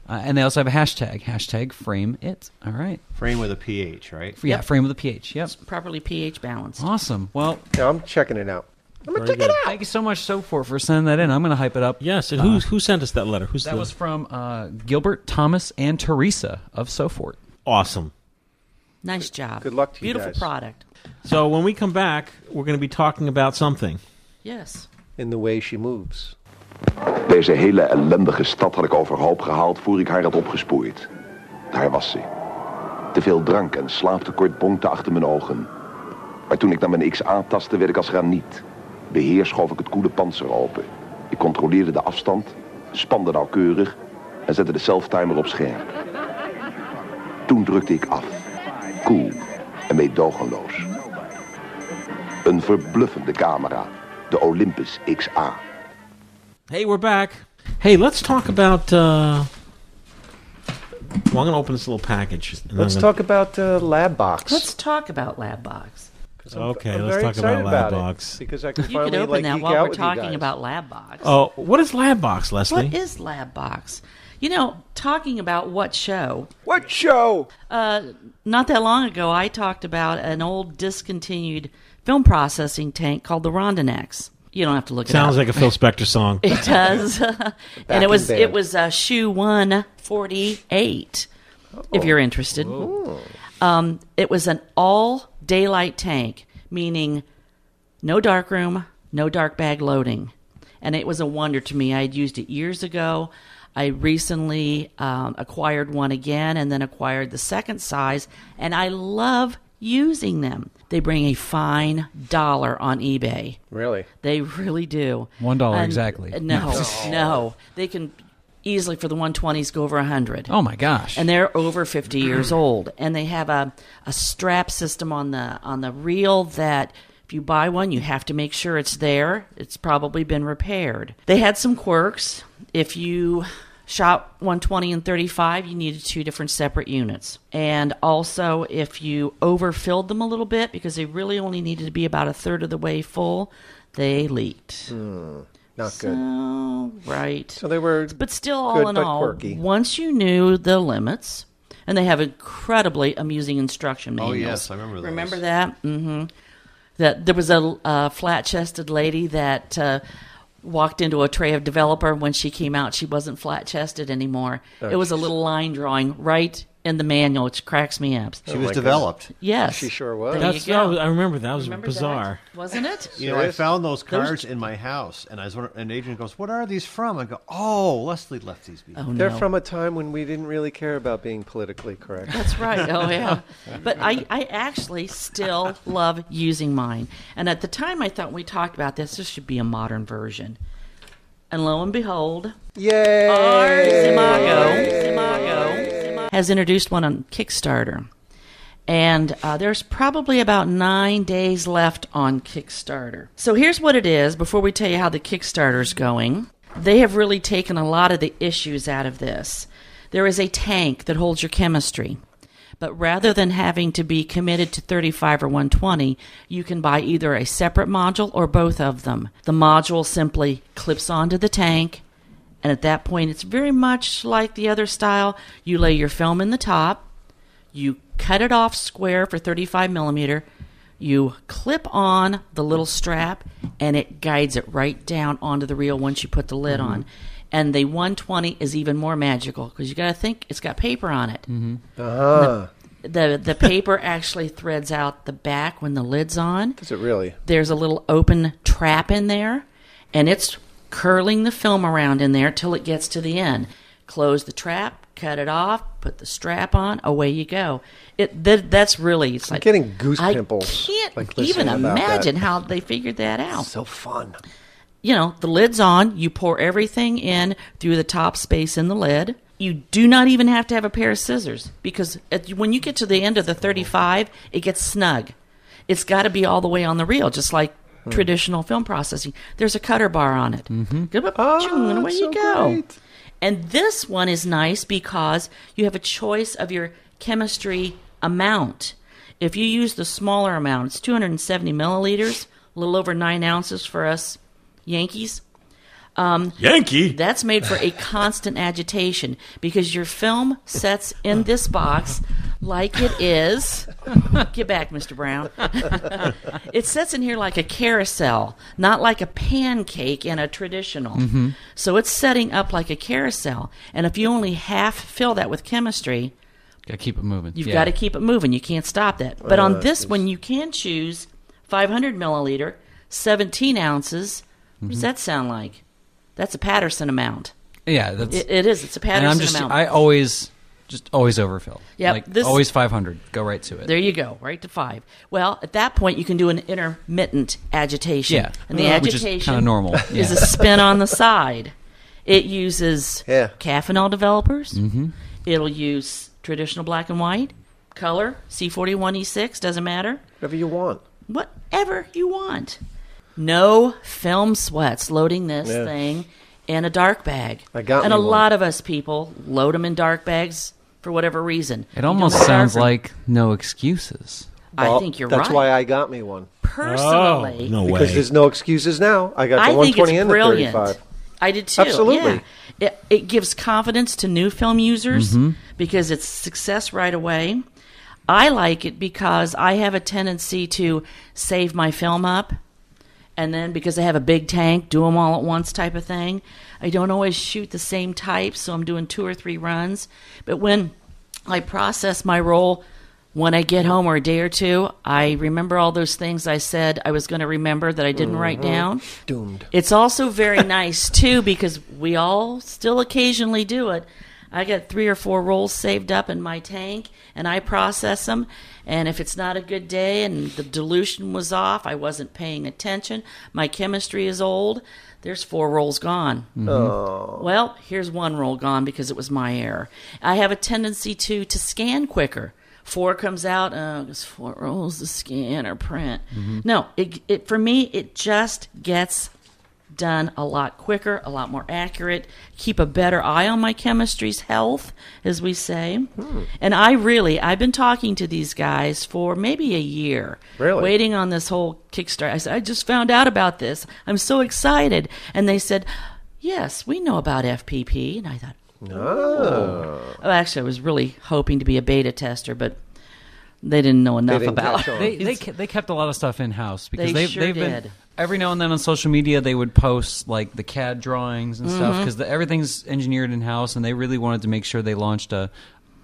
[SPEAKER 3] Uh, and they also have a hashtag, hashtag frame it. All right.
[SPEAKER 8] Frame with a PH, right?
[SPEAKER 3] Yeah,
[SPEAKER 4] Yep.
[SPEAKER 3] frame with a PH. Yep.
[SPEAKER 4] Properly pH balanced.
[SPEAKER 3] Awesome. Well,
[SPEAKER 1] no, I'm checking it out.
[SPEAKER 3] Thank you so much, Soport, for sending that in. I'm going to hype it up.
[SPEAKER 2] Yes, and who who sent us that letter? Who's
[SPEAKER 3] That
[SPEAKER 2] the-
[SPEAKER 3] was from uh, Gilbert, Thomas, and Teresa of Sofort.
[SPEAKER 2] awesome?
[SPEAKER 4] Nice job.
[SPEAKER 1] good luck to you
[SPEAKER 4] Beautiful
[SPEAKER 1] guys.
[SPEAKER 4] product.
[SPEAKER 2] So when we come back, we're going to be talking about something.
[SPEAKER 4] Yes.
[SPEAKER 1] In the way she moves.
[SPEAKER 9] Deze hele ellendige stad had ik overhoop gehaald voor ik haar had opgespoeid. Daar was ze. Te veel drank en slaaptekort bonkte achter mijn ogen. Maar toen ik naar mijn XA tastte, werd ik als graniet. Beheer schoof ik het koele panzer open. Ik controleerde de afstand, spande nauwkeurig en zette de selftimer op scherp. Toen drukte ik af, koel en meedogenloos. Een verbluffende camera, de Olympus XA.
[SPEAKER 2] Hey, we're back. Hey, let's talk about. Uh, well, I'm going to open this little package. and
[SPEAKER 1] Let's
[SPEAKER 2] I'm gonna-
[SPEAKER 1] talk about uh, Lab Box.
[SPEAKER 4] Let's talk about Lab Box.
[SPEAKER 2] Okay,
[SPEAKER 1] I'm
[SPEAKER 2] let's
[SPEAKER 1] very
[SPEAKER 2] talk about
[SPEAKER 1] excited
[SPEAKER 2] Lab
[SPEAKER 1] it,
[SPEAKER 2] Box.
[SPEAKER 1] because I can
[SPEAKER 4] You
[SPEAKER 1] finally
[SPEAKER 4] could open
[SPEAKER 1] like
[SPEAKER 4] that
[SPEAKER 1] geek
[SPEAKER 4] while
[SPEAKER 1] out
[SPEAKER 4] we're
[SPEAKER 1] with you
[SPEAKER 4] talking
[SPEAKER 1] guys.
[SPEAKER 4] about Lab Box.
[SPEAKER 2] Oh, what is Labbox, Leslie?
[SPEAKER 4] What is Lab Box? You know, talking about what show?
[SPEAKER 1] what show?
[SPEAKER 4] Not that long ago, I talked about an old discontinued film processing tank called the Rondinex. You don't have to look it up.
[SPEAKER 2] Sounds like a Phil Spector song.
[SPEAKER 4] It does. and it was
[SPEAKER 1] band.
[SPEAKER 4] it was uh, shoe one forty eight. If you're interested, um, it was an all daylight tank, meaning no dark room, no dark bag loading, and it was a wonder to me. I had used it years ago. I recently um, acquired one again, and then acquired the second size, and I love using them. They bring a fine dollar on eBay.
[SPEAKER 1] Really?
[SPEAKER 4] They really do.
[SPEAKER 3] One dollar
[SPEAKER 4] And-
[SPEAKER 3] exactly.
[SPEAKER 4] No, no. They can easily for the 120s go over 100.
[SPEAKER 3] Oh my gosh.
[SPEAKER 4] And they're over 50 years old and they have a, a strap system on the on the reel that if you buy one you have to make sure it's there. It's probably been repaired. They had some quirks. If you shot 120 and 35, you needed two different separate units. And also if you overfilled them a little bit because they really only needed to be about a third of the way full, they leaked.
[SPEAKER 1] Not good.
[SPEAKER 4] So, right.
[SPEAKER 1] So they were.
[SPEAKER 4] But still, all
[SPEAKER 1] Good,
[SPEAKER 4] in
[SPEAKER 1] but
[SPEAKER 4] all,
[SPEAKER 1] quirky.
[SPEAKER 4] once you knew the limits, and they have incredibly amusing instruction
[SPEAKER 6] Oh,
[SPEAKER 4] manuals.
[SPEAKER 5] Oh, yes, I remember those.
[SPEAKER 4] Remember that? Mm-hmm. That there was a uh, flat-chested lady that uh, walked into a tray of developer. When she came out, she wasn't flat-chested anymore. it was a little line drawing right in the manual, which cracks me up.
[SPEAKER 1] Oh
[SPEAKER 5] She was
[SPEAKER 1] my God.
[SPEAKER 5] developed.
[SPEAKER 4] Yes,
[SPEAKER 1] She sure was.
[SPEAKER 4] There you
[SPEAKER 2] That's,
[SPEAKER 4] go.
[SPEAKER 2] that was- I remember that was
[SPEAKER 4] Remember that?
[SPEAKER 2] bizarre.
[SPEAKER 4] wasn't it?
[SPEAKER 5] You know, I
[SPEAKER 1] Serious?
[SPEAKER 5] found those cards in my house, and I was wondering, and Adrian goes, "What are these from?" I go, "Oh, Leslie left these behind."
[SPEAKER 4] Oh,
[SPEAKER 1] They're
[SPEAKER 4] no.
[SPEAKER 1] from a time when we didn't really care about being politically correct.
[SPEAKER 4] That's right. Oh yeah. But I, I actually still love using mine. And at the time I thought when we talked about this, this should be a modern version. And lo and behold,
[SPEAKER 1] Yay!
[SPEAKER 4] R. Zimago, Zimago has introduced one on Kickstarter. And uh, there's probably about nine days left on Kickstarter. So here's what it is before we tell you how the Kickstarter's going. They have really taken a lot of the issues out of this. There is a tank that holds your chemistry. But rather than having to be committed to 35 or 120, you can buy either a separate module or both of them. The module simply clips onto the tank, and at that point, it's very much like the other style. You lay your film in the top, you cut it off square for 35 millimeter, you clip on the little strap, and it guides it right down onto the reel once you put the lid on. And the 120 is even more magical because you got to think it's got paper on it the the paper actually threads out the back when the lid's on.
[SPEAKER 1] Is it really?
[SPEAKER 4] There's a little open trap in there, and it's curling the film around in there till it gets to the end. Close the trap, cut it off, put the strap on. Away you go. It that, that's really it's like
[SPEAKER 1] getting goose
[SPEAKER 4] I
[SPEAKER 1] pimples,
[SPEAKER 4] can't
[SPEAKER 1] like,
[SPEAKER 4] even
[SPEAKER 1] listening about that.
[SPEAKER 4] imagine how they figured that out
[SPEAKER 1] So fun.
[SPEAKER 4] you know, the lid's on. You pour everything in through the top space in the lid. You do not even have to have a pair of scissors because at, when you get to the end of the 35, it gets snug. It's got to be all the way on the reel, just like
[SPEAKER 1] Hmm.
[SPEAKER 4] traditional film processing. There's a cutter bar on it. Mm-hmm.
[SPEAKER 1] Oh,
[SPEAKER 4] and away
[SPEAKER 1] that's so
[SPEAKER 4] you go.
[SPEAKER 1] great.
[SPEAKER 4] And this one is nice because you have a choice of your chemistry amount. If you use the smaller amount, it's 270 milliliters, a little over nine ounces for us Yankees.
[SPEAKER 2] Yankee.
[SPEAKER 4] That's made for a constant agitation because your film sets in this box like it is. Get back, Mr. Brown. it sets in here like a carousel, not like a pancake in a traditional. So it's setting up like a carousel. And if you only half fill that with chemistry,
[SPEAKER 3] Gotta keep it moving.
[SPEAKER 4] You've
[SPEAKER 3] Yeah.
[SPEAKER 4] got to keep it moving. You can't stop that. But on this one, you can choose 500 milliliter, 17 ounces. What
[SPEAKER 3] Mm-hmm.
[SPEAKER 4] does that sound like? That's a Patterson amount.
[SPEAKER 3] Yeah, that's
[SPEAKER 4] It, it is. It's a Patterson
[SPEAKER 3] and I'm just
[SPEAKER 4] amount.
[SPEAKER 3] I always just always overfill.
[SPEAKER 4] Yep,
[SPEAKER 3] like
[SPEAKER 4] this-
[SPEAKER 3] always 500. Go right to it.
[SPEAKER 4] there you go, right to five. Well, at that point, you can do an intermittent agitation.
[SPEAKER 3] yeah,
[SPEAKER 4] And the
[SPEAKER 3] which
[SPEAKER 4] agitation
[SPEAKER 3] is kind of normal.
[SPEAKER 4] is a spin on the side. It uses
[SPEAKER 1] Yeah.
[SPEAKER 4] caffeinol developers. Mm-hmm. It'll use traditional black and white, color, C41E6, doesn't matter.
[SPEAKER 1] Whatever you want.
[SPEAKER 4] whatever you want. No film sweats loading this
[SPEAKER 1] Yeah.
[SPEAKER 4] thing in a dark bag.
[SPEAKER 1] I got
[SPEAKER 4] and
[SPEAKER 1] me
[SPEAKER 4] a
[SPEAKER 1] one.
[SPEAKER 4] lot of us people load them in dark bags for whatever reason. You
[SPEAKER 3] It
[SPEAKER 4] don't
[SPEAKER 3] almost
[SPEAKER 4] start
[SPEAKER 3] sounds
[SPEAKER 4] from-
[SPEAKER 3] like no excuses.
[SPEAKER 4] I
[SPEAKER 1] Well,
[SPEAKER 4] think you're
[SPEAKER 1] That's
[SPEAKER 4] right.
[SPEAKER 1] why I got me one.
[SPEAKER 4] personally,
[SPEAKER 2] no
[SPEAKER 1] Because
[SPEAKER 2] way.
[SPEAKER 1] there's no excuses now. I got the
[SPEAKER 4] I think
[SPEAKER 1] 120
[SPEAKER 4] it's
[SPEAKER 1] and
[SPEAKER 4] brilliant.
[SPEAKER 1] the 35.
[SPEAKER 4] I did too.
[SPEAKER 1] Absolutely.
[SPEAKER 4] Yeah. It, it gives confidence to new film users because it's success right away. I like it because I have a tendency to save my film up and then because I have a big tank, do them all at once type of thing. I don't always shoot the same type, so I'm doing two or three runs. But when I process my roll, when I get home or a day or two, I remember all those things I said I was going to remember that I didn't write
[SPEAKER 1] Mm-hmm.
[SPEAKER 4] down.
[SPEAKER 1] Doomed.
[SPEAKER 4] It's also very nice too because we all still occasionally do it. I got three or four rolls saved up in my tank, and I process them, And if it's not a good day and the dilution was off, I wasn't paying attention, my chemistry is old, there's four rolls gone. Well, here's one roll gone because it was my error. I have a tendency to to scan quicker. Four comes out, uh, it's four rolls to scan or print. No, it, it for me it just gets done a lot quicker, a lot more accurate, keep a better eye on my chemistry's health, as we say.
[SPEAKER 1] Hmm.
[SPEAKER 4] And I really, I've been talking to these guys for maybe a year.
[SPEAKER 1] Really?
[SPEAKER 4] Waiting on this whole Kickstarter. I said, I just found out about this. I'm so excited. And they said, Yes, we know about FPP. And I thought, Oh. Actually, I was really hoping to be a beta tester, but they didn't know enough
[SPEAKER 1] didn't
[SPEAKER 4] about
[SPEAKER 1] catch on.
[SPEAKER 3] They they, ke- they kept a lot of stuff in house because
[SPEAKER 4] They
[SPEAKER 3] they have
[SPEAKER 4] sure
[SPEAKER 3] they've been
[SPEAKER 4] did.
[SPEAKER 3] every now and then on social media they would post like the CAD drawings and stuff
[SPEAKER 4] Mm-hmm.
[SPEAKER 3] because everything's engineered in house and they really wanted to make sure they launched a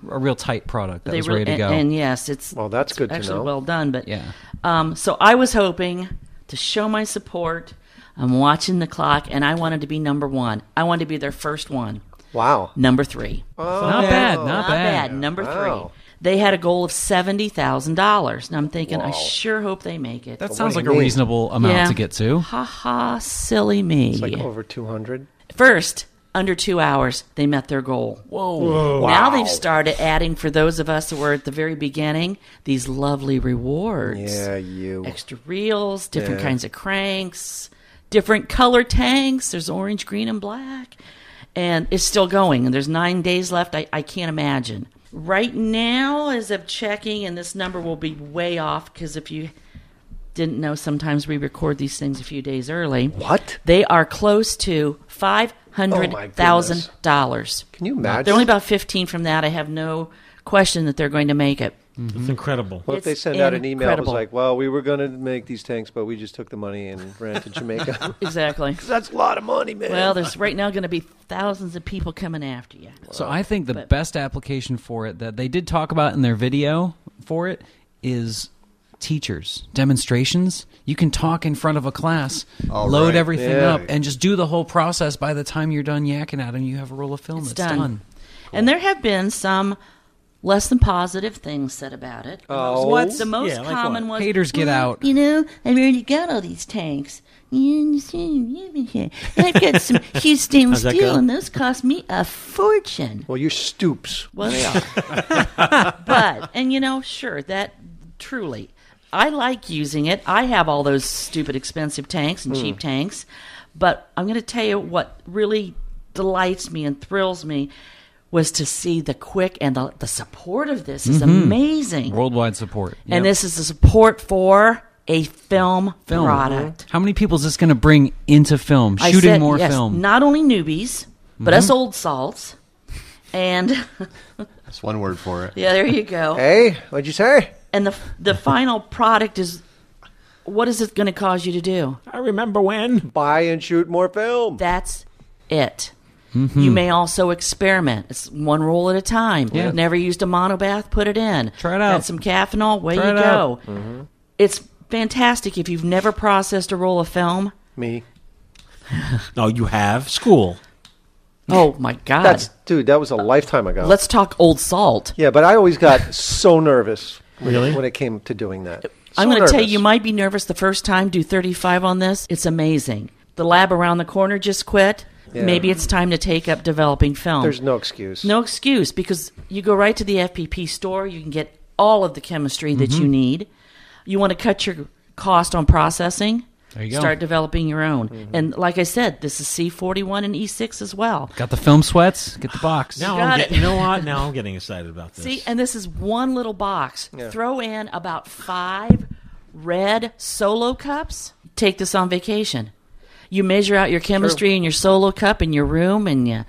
[SPEAKER 3] a real tight product that
[SPEAKER 4] they
[SPEAKER 3] was
[SPEAKER 4] really-
[SPEAKER 3] ready to go.
[SPEAKER 4] And, and yes, it's
[SPEAKER 1] Well, that's
[SPEAKER 4] it's
[SPEAKER 1] good to
[SPEAKER 4] Actually,
[SPEAKER 1] know.
[SPEAKER 4] well done. But
[SPEAKER 3] Yeah.
[SPEAKER 4] Um, so I was hoping to show my support. I'm watching the clock, and I wanted to be number one. I wanted to be their first one.
[SPEAKER 1] Wow.
[SPEAKER 4] Number three.
[SPEAKER 3] not bad, not,
[SPEAKER 4] Not bad. Number
[SPEAKER 1] Wow.
[SPEAKER 4] three. They had a goal of seventy thousand dollars, and I'm thinking, I sure hope they make it.
[SPEAKER 3] That sounds
[SPEAKER 1] do
[SPEAKER 3] like
[SPEAKER 1] you
[SPEAKER 3] a
[SPEAKER 1] mean?
[SPEAKER 3] reasonable amount
[SPEAKER 4] Yeah.
[SPEAKER 3] to get to.
[SPEAKER 4] ha ha, silly me.
[SPEAKER 1] Like oh. over 200.
[SPEAKER 4] First, under two hours, they met their goal. Whoa. Now they've started adding, for those of us that were at the very beginning, these lovely rewards.
[SPEAKER 1] Yeah, you.
[SPEAKER 4] Extra reels, different
[SPEAKER 1] Yeah.
[SPEAKER 4] kinds of cranks, different color tanks. There's orange, green, and black. And it's still going. And there's nine days left. I, I can't imagine. Right now, as of checking, and this number will be way off because if you didn't know, sometimes we record these things a few days early.
[SPEAKER 1] What?
[SPEAKER 4] They are close to five hundred thousand dollars.
[SPEAKER 1] Can you imagine?
[SPEAKER 4] They're only about fifteen from that. I have no question that they're going to make it.
[SPEAKER 2] It's incredible.
[SPEAKER 1] What if they
[SPEAKER 4] It's
[SPEAKER 1] send out an email that was
[SPEAKER 4] incredible.
[SPEAKER 1] like, well, we were going to make these tanks, but we just took the money and ran to Jamaica?
[SPEAKER 4] Exactly.
[SPEAKER 1] That's a lot of money, man.
[SPEAKER 4] well, there's right now going to be thousands of people coming after you.
[SPEAKER 3] So I think the
[SPEAKER 4] But-
[SPEAKER 3] best application for it that they did talk about in their video for it is teachers demonstrations. You can talk in front of a class,
[SPEAKER 5] All
[SPEAKER 3] load
[SPEAKER 5] right.
[SPEAKER 3] everything
[SPEAKER 1] Yeah.
[SPEAKER 3] up, and just do the whole process. By the time you're done yakking at them, you have a roll of film.
[SPEAKER 4] It's
[SPEAKER 3] It's,
[SPEAKER 4] done.
[SPEAKER 3] done.
[SPEAKER 4] And there have been some less than positive things said about it.
[SPEAKER 1] Oh.
[SPEAKER 4] What's the most
[SPEAKER 2] Yeah, like
[SPEAKER 4] common
[SPEAKER 2] what?
[SPEAKER 4] was
[SPEAKER 3] Haters get
[SPEAKER 4] "Well,
[SPEAKER 3] out."
[SPEAKER 4] You know, I've already got all these tanks. You understand? You've been here. And I've got some huge stainless
[SPEAKER 2] How's that
[SPEAKER 4] steel,
[SPEAKER 2] go?
[SPEAKER 4] and those cost me a fortune.
[SPEAKER 1] well, you're stoops.
[SPEAKER 4] Well, they are. but and you know, sure that truly, I like using it. I have all those stupid expensive tanks and
[SPEAKER 3] Hmm.
[SPEAKER 4] cheap tanks, but I'm going to tell you what really delights me and thrills me was to see the quick and the, the support of this is amazing.
[SPEAKER 3] Worldwide support. Mm-hmm. Yep.
[SPEAKER 4] And this is the support for a film,
[SPEAKER 3] Film.
[SPEAKER 4] product.
[SPEAKER 3] How many people is this going to bring into film?
[SPEAKER 4] I
[SPEAKER 3] Shooting
[SPEAKER 4] said,
[SPEAKER 3] more
[SPEAKER 4] yes,
[SPEAKER 3] film. Mm-hmm.
[SPEAKER 4] Not only newbies, but us old salts. And
[SPEAKER 5] That's one word for
[SPEAKER 6] Oh.
[SPEAKER 5] it.
[SPEAKER 4] yeah, there you go.
[SPEAKER 1] Hey, what'd you say?
[SPEAKER 4] and the the final product is what is it going to cause you to do?
[SPEAKER 2] I remember when.
[SPEAKER 1] Buy and shoot more film.
[SPEAKER 4] That's it.
[SPEAKER 3] Mm-hmm.
[SPEAKER 4] You may also experiment. It's one roll at a time.
[SPEAKER 3] Yeah.
[SPEAKER 4] Never used a monobath, put it in.
[SPEAKER 3] Try it out.
[SPEAKER 4] Got some caffeinol, way
[SPEAKER 3] Try
[SPEAKER 4] you
[SPEAKER 3] it
[SPEAKER 4] go.
[SPEAKER 3] out.
[SPEAKER 1] Mm-hmm.
[SPEAKER 4] It's fantastic if you've never processed a roll of film.
[SPEAKER 1] Me.
[SPEAKER 2] No, you have school.
[SPEAKER 4] Oh my god.
[SPEAKER 1] That's, dude, that was a lifetime ago.
[SPEAKER 4] Let's talk old salt.
[SPEAKER 1] yeah, but I always got so nervous when,
[SPEAKER 2] Really?
[SPEAKER 1] when it came to doing that.
[SPEAKER 4] I'm
[SPEAKER 1] So
[SPEAKER 4] going to tell
[SPEAKER 1] nervous.
[SPEAKER 4] you, you might be nervous the first time. Do 35 on this. It's amazing. The lab around the corner just quit.
[SPEAKER 1] Yeah.
[SPEAKER 4] Maybe it's time to take up developing film.
[SPEAKER 1] There's no excuse.
[SPEAKER 4] No excuse because you go right to the FPP store. You can get all of the chemistry that
[SPEAKER 3] Mm-hmm.
[SPEAKER 4] you need. You want to cut your cost on processing.
[SPEAKER 3] There you go. Mm-hmm.
[SPEAKER 4] Start developing your own. And like I said, this is C41 and E6 as well.
[SPEAKER 3] Got the film sweats. Get the box.
[SPEAKER 2] Now
[SPEAKER 4] Got
[SPEAKER 2] I'm
[SPEAKER 4] it.
[SPEAKER 2] getting, you know what? Now I'm getting excited about this.
[SPEAKER 4] See, and this is one little box. Throw in about five red solo cups. Take this on vacation. You measure out your chemistry in your solo cup in your room, and you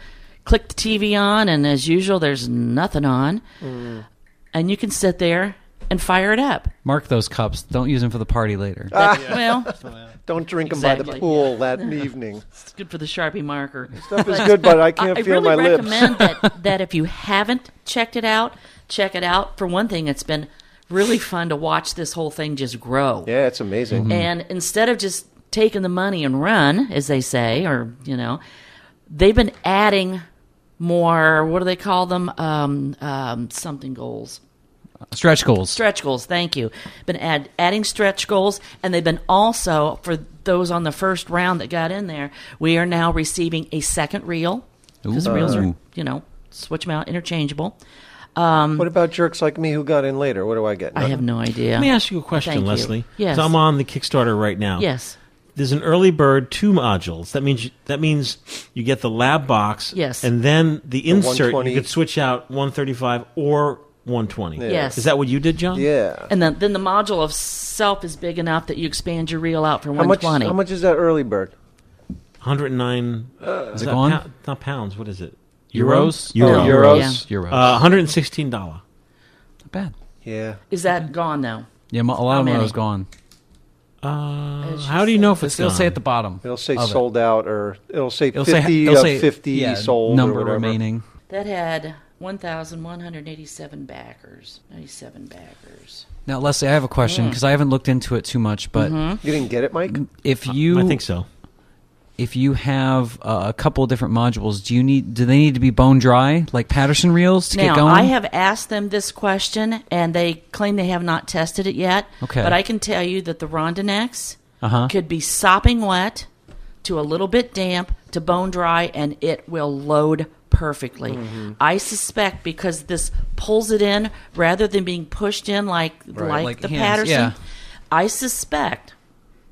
[SPEAKER 4] click the TV on, and as usual, there's nothing on.
[SPEAKER 1] Mm.
[SPEAKER 4] And you can sit there and fire it up.
[SPEAKER 3] Mark those cups. Don't use them for the party later.
[SPEAKER 1] Ah.
[SPEAKER 4] Well,
[SPEAKER 1] Don't drink them by the
[SPEAKER 4] Exactly.
[SPEAKER 1] pool that evening.
[SPEAKER 4] it's good for the Sharpie marker.
[SPEAKER 1] Stuff is good, but I can't
[SPEAKER 4] I
[SPEAKER 1] feel my
[SPEAKER 4] really
[SPEAKER 1] lips.
[SPEAKER 4] recommend that, that if you haven't checked it out, check it out. For one thing, it's been really fun to watch this whole thing just grow.
[SPEAKER 1] Yeah, it's amazing.
[SPEAKER 4] And instead of just taking the money and run, as they say, or, you know, they've been adding more, what do they call them? Um, um, something goals.
[SPEAKER 3] Stretch goals.
[SPEAKER 4] Stretch goals, thank you. Been add, adding stretch goals, and they've been also, for those on the first round that got in there, we are now receiving a second reel. Because
[SPEAKER 3] Ooh.
[SPEAKER 4] reels are,
[SPEAKER 3] Ooh.
[SPEAKER 4] you know, switch them out, interchangeable.
[SPEAKER 1] What about jerks like me who got in later? What do I get?
[SPEAKER 4] Mm-hmm. I have no idea.
[SPEAKER 2] Let me ask you a question,
[SPEAKER 4] Thank you.
[SPEAKER 2] Leslie.
[SPEAKER 4] Yes.
[SPEAKER 2] 'Cause I'm on the Kickstarter right now.
[SPEAKER 4] Yes.
[SPEAKER 2] There's an early bird, two modules. That means that means you get the lab box.
[SPEAKER 4] Yes.
[SPEAKER 2] And then the insert.
[SPEAKER 1] 120.
[SPEAKER 2] you could switch out 135 or 120.
[SPEAKER 4] Yes.
[SPEAKER 2] Is that what you did, John?
[SPEAKER 1] Yeah.
[SPEAKER 4] And then, then the module of self is big enough that you expand your reel out for
[SPEAKER 1] How much?
[SPEAKER 4] 120.
[SPEAKER 1] How much is that early bird?
[SPEAKER 2] 109. is
[SPEAKER 3] it
[SPEAKER 2] that
[SPEAKER 3] gone?
[SPEAKER 2] pou- not pounds. What is it?
[SPEAKER 3] Euros?
[SPEAKER 2] Euro.
[SPEAKER 1] Oh,
[SPEAKER 4] Euro.
[SPEAKER 1] euros.
[SPEAKER 3] Euros.
[SPEAKER 2] Uh, 116 dollar.
[SPEAKER 3] Not bad.
[SPEAKER 1] Yeah.
[SPEAKER 4] Is that gone, though?
[SPEAKER 3] Yeah, mo- a lot
[SPEAKER 4] How
[SPEAKER 3] of them
[SPEAKER 4] many?
[SPEAKER 3] was gone.
[SPEAKER 2] Uh,
[SPEAKER 4] It's
[SPEAKER 2] how do you know if
[SPEAKER 3] But
[SPEAKER 2] it's
[SPEAKER 3] still
[SPEAKER 2] gone?
[SPEAKER 3] say at the bottom.
[SPEAKER 1] It'll say
[SPEAKER 3] of it.
[SPEAKER 1] sold out, or it'll say
[SPEAKER 3] It'll say,
[SPEAKER 1] fifty
[SPEAKER 3] it'll
[SPEAKER 1] of
[SPEAKER 3] say
[SPEAKER 1] fifty
[SPEAKER 3] yeah,
[SPEAKER 1] sold
[SPEAKER 3] number
[SPEAKER 1] or whatever.
[SPEAKER 3] remaining.
[SPEAKER 4] That had 1,187 backers. 97 backers.
[SPEAKER 3] Now, Leslie, I have a question
[SPEAKER 4] Mm.
[SPEAKER 3] because I haven't looked into it too much, but
[SPEAKER 4] Mm-hmm.
[SPEAKER 1] You didn't get it, Mike?
[SPEAKER 3] if you
[SPEAKER 2] I think so.
[SPEAKER 3] if you have uh, a couple of different modules, do you need do they need to be bone dry like Patterson reels to get
[SPEAKER 4] now,
[SPEAKER 3] going?
[SPEAKER 4] I have asked them this question, and they claim they have not tested it yet.
[SPEAKER 3] Okay.
[SPEAKER 4] But I can tell you that the Rondinex
[SPEAKER 3] Uh-huh.
[SPEAKER 4] could be sopping wet to a little bit damp to bone dry, and it will load perfectly.
[SPEAKER 3] Mm-hmm.
[SPEAKER 4] I suspect because this pulls it in rather than being pushed in like like,
[SPEAKER 3] Like
[SPEAKER 4] the
[SPEAKER 3] hands,
[SPEAKER 4] Patterson.
[SPEAKER 3] yeah.
[SPEAKER 4] I suspect.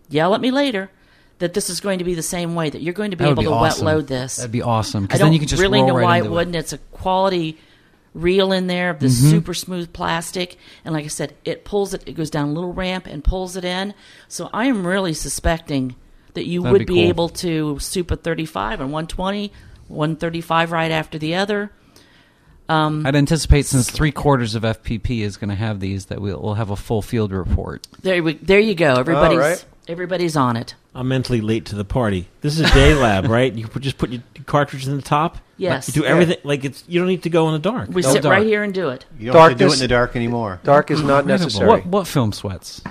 [SPEAKER 4] Yell at me later. That this is going to be the same way. That you're going to be
[SPEAKER 3] That would
[SPEAKER 4] able
[SPEAKER 3] be
[SPEAKER 4] to
[SPEAKER 3] awesome.
[SPEAKER 4] wet load this.
[SPEAKER 3] That'd be awesome
[SPEAKER 4] I
[SPEAKER 3] because
[SPEAKER 4] don't
[SPEAKER 3] then you can just
[SPEAKER 4] really
[SPEAKER 3] roll
[SPEAKER 4] know
[SPEAKER 3] right
[SPEAKER 4] why
[SPEAKER 3] into Mm-hmm.
[SPEAKER 4] it wouldn't. It's a quality reel in there of this super smooth plastic, and like I said, it pulls it. It goes down a little ramp and pulls it in. So I am really suspecting that you
[SPEAKER 3] That'd
[SPEAKER 4] would
[SPEAKER 3] be
[SPEAKER 4] be,
[SPEAKER 3] cool.
[SPEAKER 4] able to super 35 and 120, 135 right after the other.
[SPEAKER 3] I'd anticipate since three quarters of FPP is going to have these that we'll, we'll have a full field report.
[SPEAKER 4] There, we, there you go. Everybody's
[SPEAKER 1] right.
[SPEAKER 4] everybody's on it.
[SPEAKER 2] I'm mentally late to the party. This is day lab, right? You put- just put your cartridge in the top.
[SPEAKER 4] Yes.
[SPEAKER 2] You do everything like it's. You don't need to go in the dark.
[SPEAKER 4] We
[SPEAKER 3] No
[SPEAKER 4] sit
[SPEAKER 3] dark.
[SPEAKER 4] right here and do it.
[SPEAKER 8] You don't have to do it
[SPEAKER 1] Darkness-
[SPEAKER 8] in the dark anymore.
[SPEAKER 1] Dark is not necessary.
[SPEAKER 3] What what film sweats?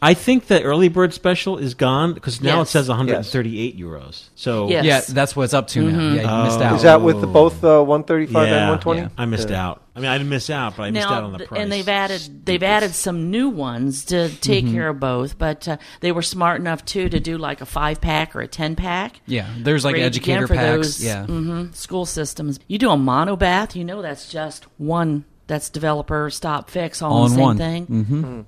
[SPEAKER 2] I think the early bird special is gone because now
[SPEAKER 4] Yes.
[SPEAKER 2] it says 138 euros. So
[SPEAKER 4] Yes. Mm-hmm.
[SPEAKER 3] Yeah, that's what it's up to now. Yeah, you missed out.
[SPEAKER 1] Oh. Is that with the, both uh, 135
[SPEAKER 2] yeah,
[SPEAKER 1] and 120?
[SPEAKER 2] I missed out. I mean, I didn't miss out, but I missed out on the
[SPEAKER 4] th-
[SPEAKER 2] price.
[SPEAKER 4] And they've added they've added some new ones to take
[SPEAKER 3] Mm-hmm.
[SPEAKER 4] care of both, but uh, they were smart enough too to do like a five pack or a ten pack.
[SPEAKER 3] Yeah, there's like
[SPEAKER 4] Rated
[SPEAKER 3] educator
[SPEAKER 4] again for
[SPEAKER 3] packs.
[SPEAKER 4] those,
[SPEAKER 3] yeah,
[SPEAKER 4] mhm, school systems. You do a mono bath, you know that's just one. That's developer stop fix all,
[SPEAKER 3] all in
[SPEAKER 4] in the same
[SPEAKER 3] one.
[SPEAKER 4] thing.
[SPEAKER 3] Mm-hmm.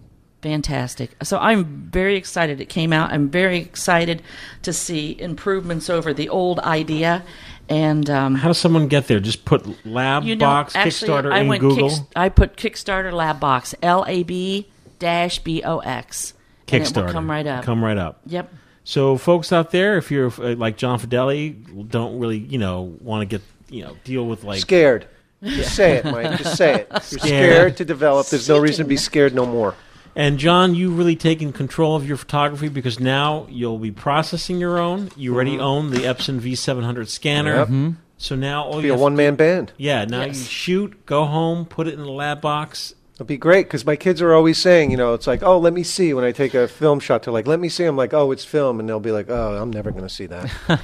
[SPEAKER 4] Fantastic. So I'm very excited it came out. I'm very excited to see improvements over the old idea. And um,
[SPEAKER 2] How does someone get there? Just put lab box Kickstarter in Google.
[SPEAKER 4] Kicks- I put Kickstarter Lab Box L A B dash B O X. and it will
[SPEAKER 2] Kickstarter.
[SPEAKER 4] come right up.
[SPEAKER 2] Come right up.
[SPEAKER 4] Yep.
[SPEAKER 2] So, folks out there, if you're uh, like John Fideli, don't really, you know, want to get, you know, deal with like
[SPEAKER 1] Scared. Just say it, Mike. Just say it. You're scared, to develop. There's no reason to be scared no more.
[SPEAKER 2] And John, you really taken control of your photography because now you'll be processing your own. You already own the Epson V700 scanner.
[SPEAKER 1] Mm-hmm. Yep.
[SPEAKER 2] So now all
[SPEAKER 1] Be
[SPEAKER 2] you
[SPEAKER 1] a
[SPEAKER 2] have to-
[SPEAKER 1] one man band.
[SPEAKER 2] yeah, now you shoot, go home, put it in the lab box.
[SPEAKER 1] It'd be great because my kids are always saying, you know, it's like, oh, let me see when I take a film shot. They're like, let me see. I'm like, oh, it's film. And they'll be like, oh, I'm never going to see that.
[SPEAKER 4] Uh,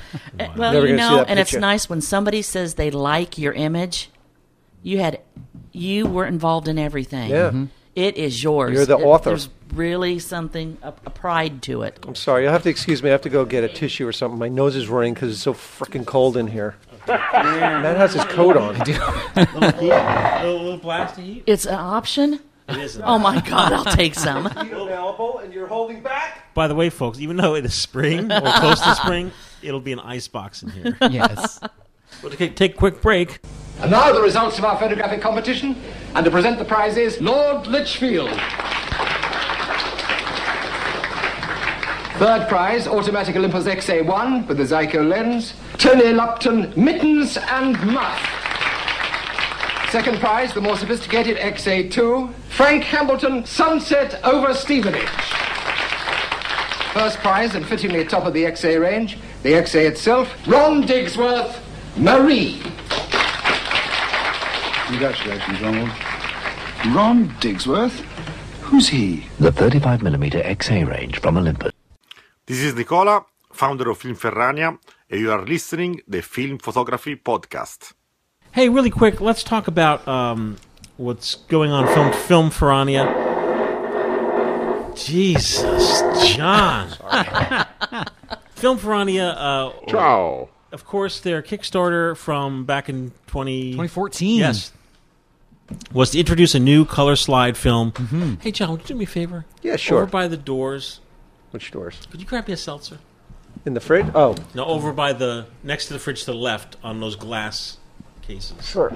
[SPEAKER 4] Well,
[SPEAKER 1] Never
[SPEAKER 4] you
[SPEAKER 1] gonna see
[SPEAKER 4] know,
[SPEAKER 1] that
[SPEAKER 4] and it's
[SPEAKER 1] picture.
[SPEAKER 4] nice when somebody says they like your image. You had, you were involved in everything.
[SPEAKER 1] Yeah. Mhm.
[SPEAKER 4] It is yours.
[SPEAKER 1] You're the
[SPEAKER 4] It-
[SPEAKER 1] author.
[SPEAKER 4] There's really something a, a pride to it.
[SPEAKER 1] I'm sorry. You'll have to excuse me. I have to go get a tissue or something. My nose is running because it's so freaking cold in here. Matt has his coat on.
[SPEAKER 2] Little heat, little, little blast of heat.
[SPEAKER 4] It's an option.
[SPEAKER 2] It is.
[SPEAKER 4] Oh my God, I'll take some.
[SPEAKER 1] available and you're holding back?
[SPEAKER 2] By the way, folks, even though it is spring or close to spring, it'll be an ice box in here.
[SPEAKER 3] yes.
[SPEAKER 2] We'll ta- take a quick break.
[SPEAKER 10] And now the results of our photographic competition. And to present the prize is Lord Litchfield. Third prize, Automatic Olympus XA1 with the Zyco lens. Tony Lupton, mittens and muff. Second prize, the more sophisticated XA2. Frank Hambleton, sunset over Stevenage. First prize and fittingly top of the XA range, the XA itself, Ron Digsworth, Marie.
[SPEAKER 11] Congratulations, Ronald. Ron Digsworth? Who's he?
[SPEAKER 12] The 35mm XA range from Olympus.
[SPEAKER 13] This is Nicola, founder of Film Ferrania, and you are listening the Film Photography Podcast.
[SPEAKER 2] Hey, really quick, let's talk about um, what's going on film film Ferrania. Jesus, John. film Ferrania. Uh,
[SPEAKER 8] Ciao.
[SPEAKER 2] Of course, their Kickstarter from back in 20...
[SPEAKER 3] 2014.
[SPEAKER 2] Yes. Was to introduce a new color slide film.
[SPEAKER 3] Hey, John, would you do me a favor?
[SPEAKER 2] Yeah,
[SPEAKER 1] sure.
[SPEAKER 2] Over by the doors.
[SPEAKER 1] Which doors?
[SPEAKER 2] Could you grab me a seltzer?
[SPEAKER 1] In the fridge? Oh,
[SPEAKER 2] No, over by the next to the fridge to the left on those glass cases.
[SPEAKER 1] Sure.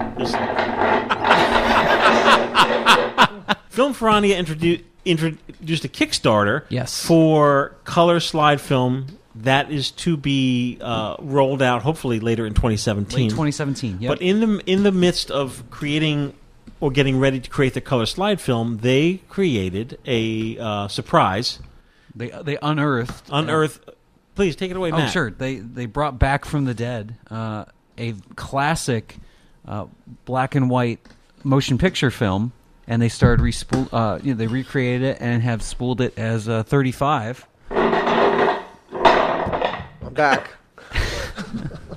[SPEAKER 2] film Ferrania introdu- introduced a Kickstarter yes. for color slide film that is to be uh, rolled out hopefully later in 2017.
[SPEAKER 3] Late 2017. Yep.
[SPEAKER 2] But in the in the midst of creating or getting ready to create the color slide film, they created a uh, surprise.
[SPEAKER 3] They they unearthed
[SPEAKER 2] unearthed. Please take it away,
[SPEAKER 3] oh,
[SPEAKER 2] Matt.
[SPEAKER 3] sure. They they brought back from the dead uh, a classic uh, black and white motion picture film, and they started respool. Uh, you know, they recreated it and have spooled it as uh, 35.
[SPEAKER 1] I'm back.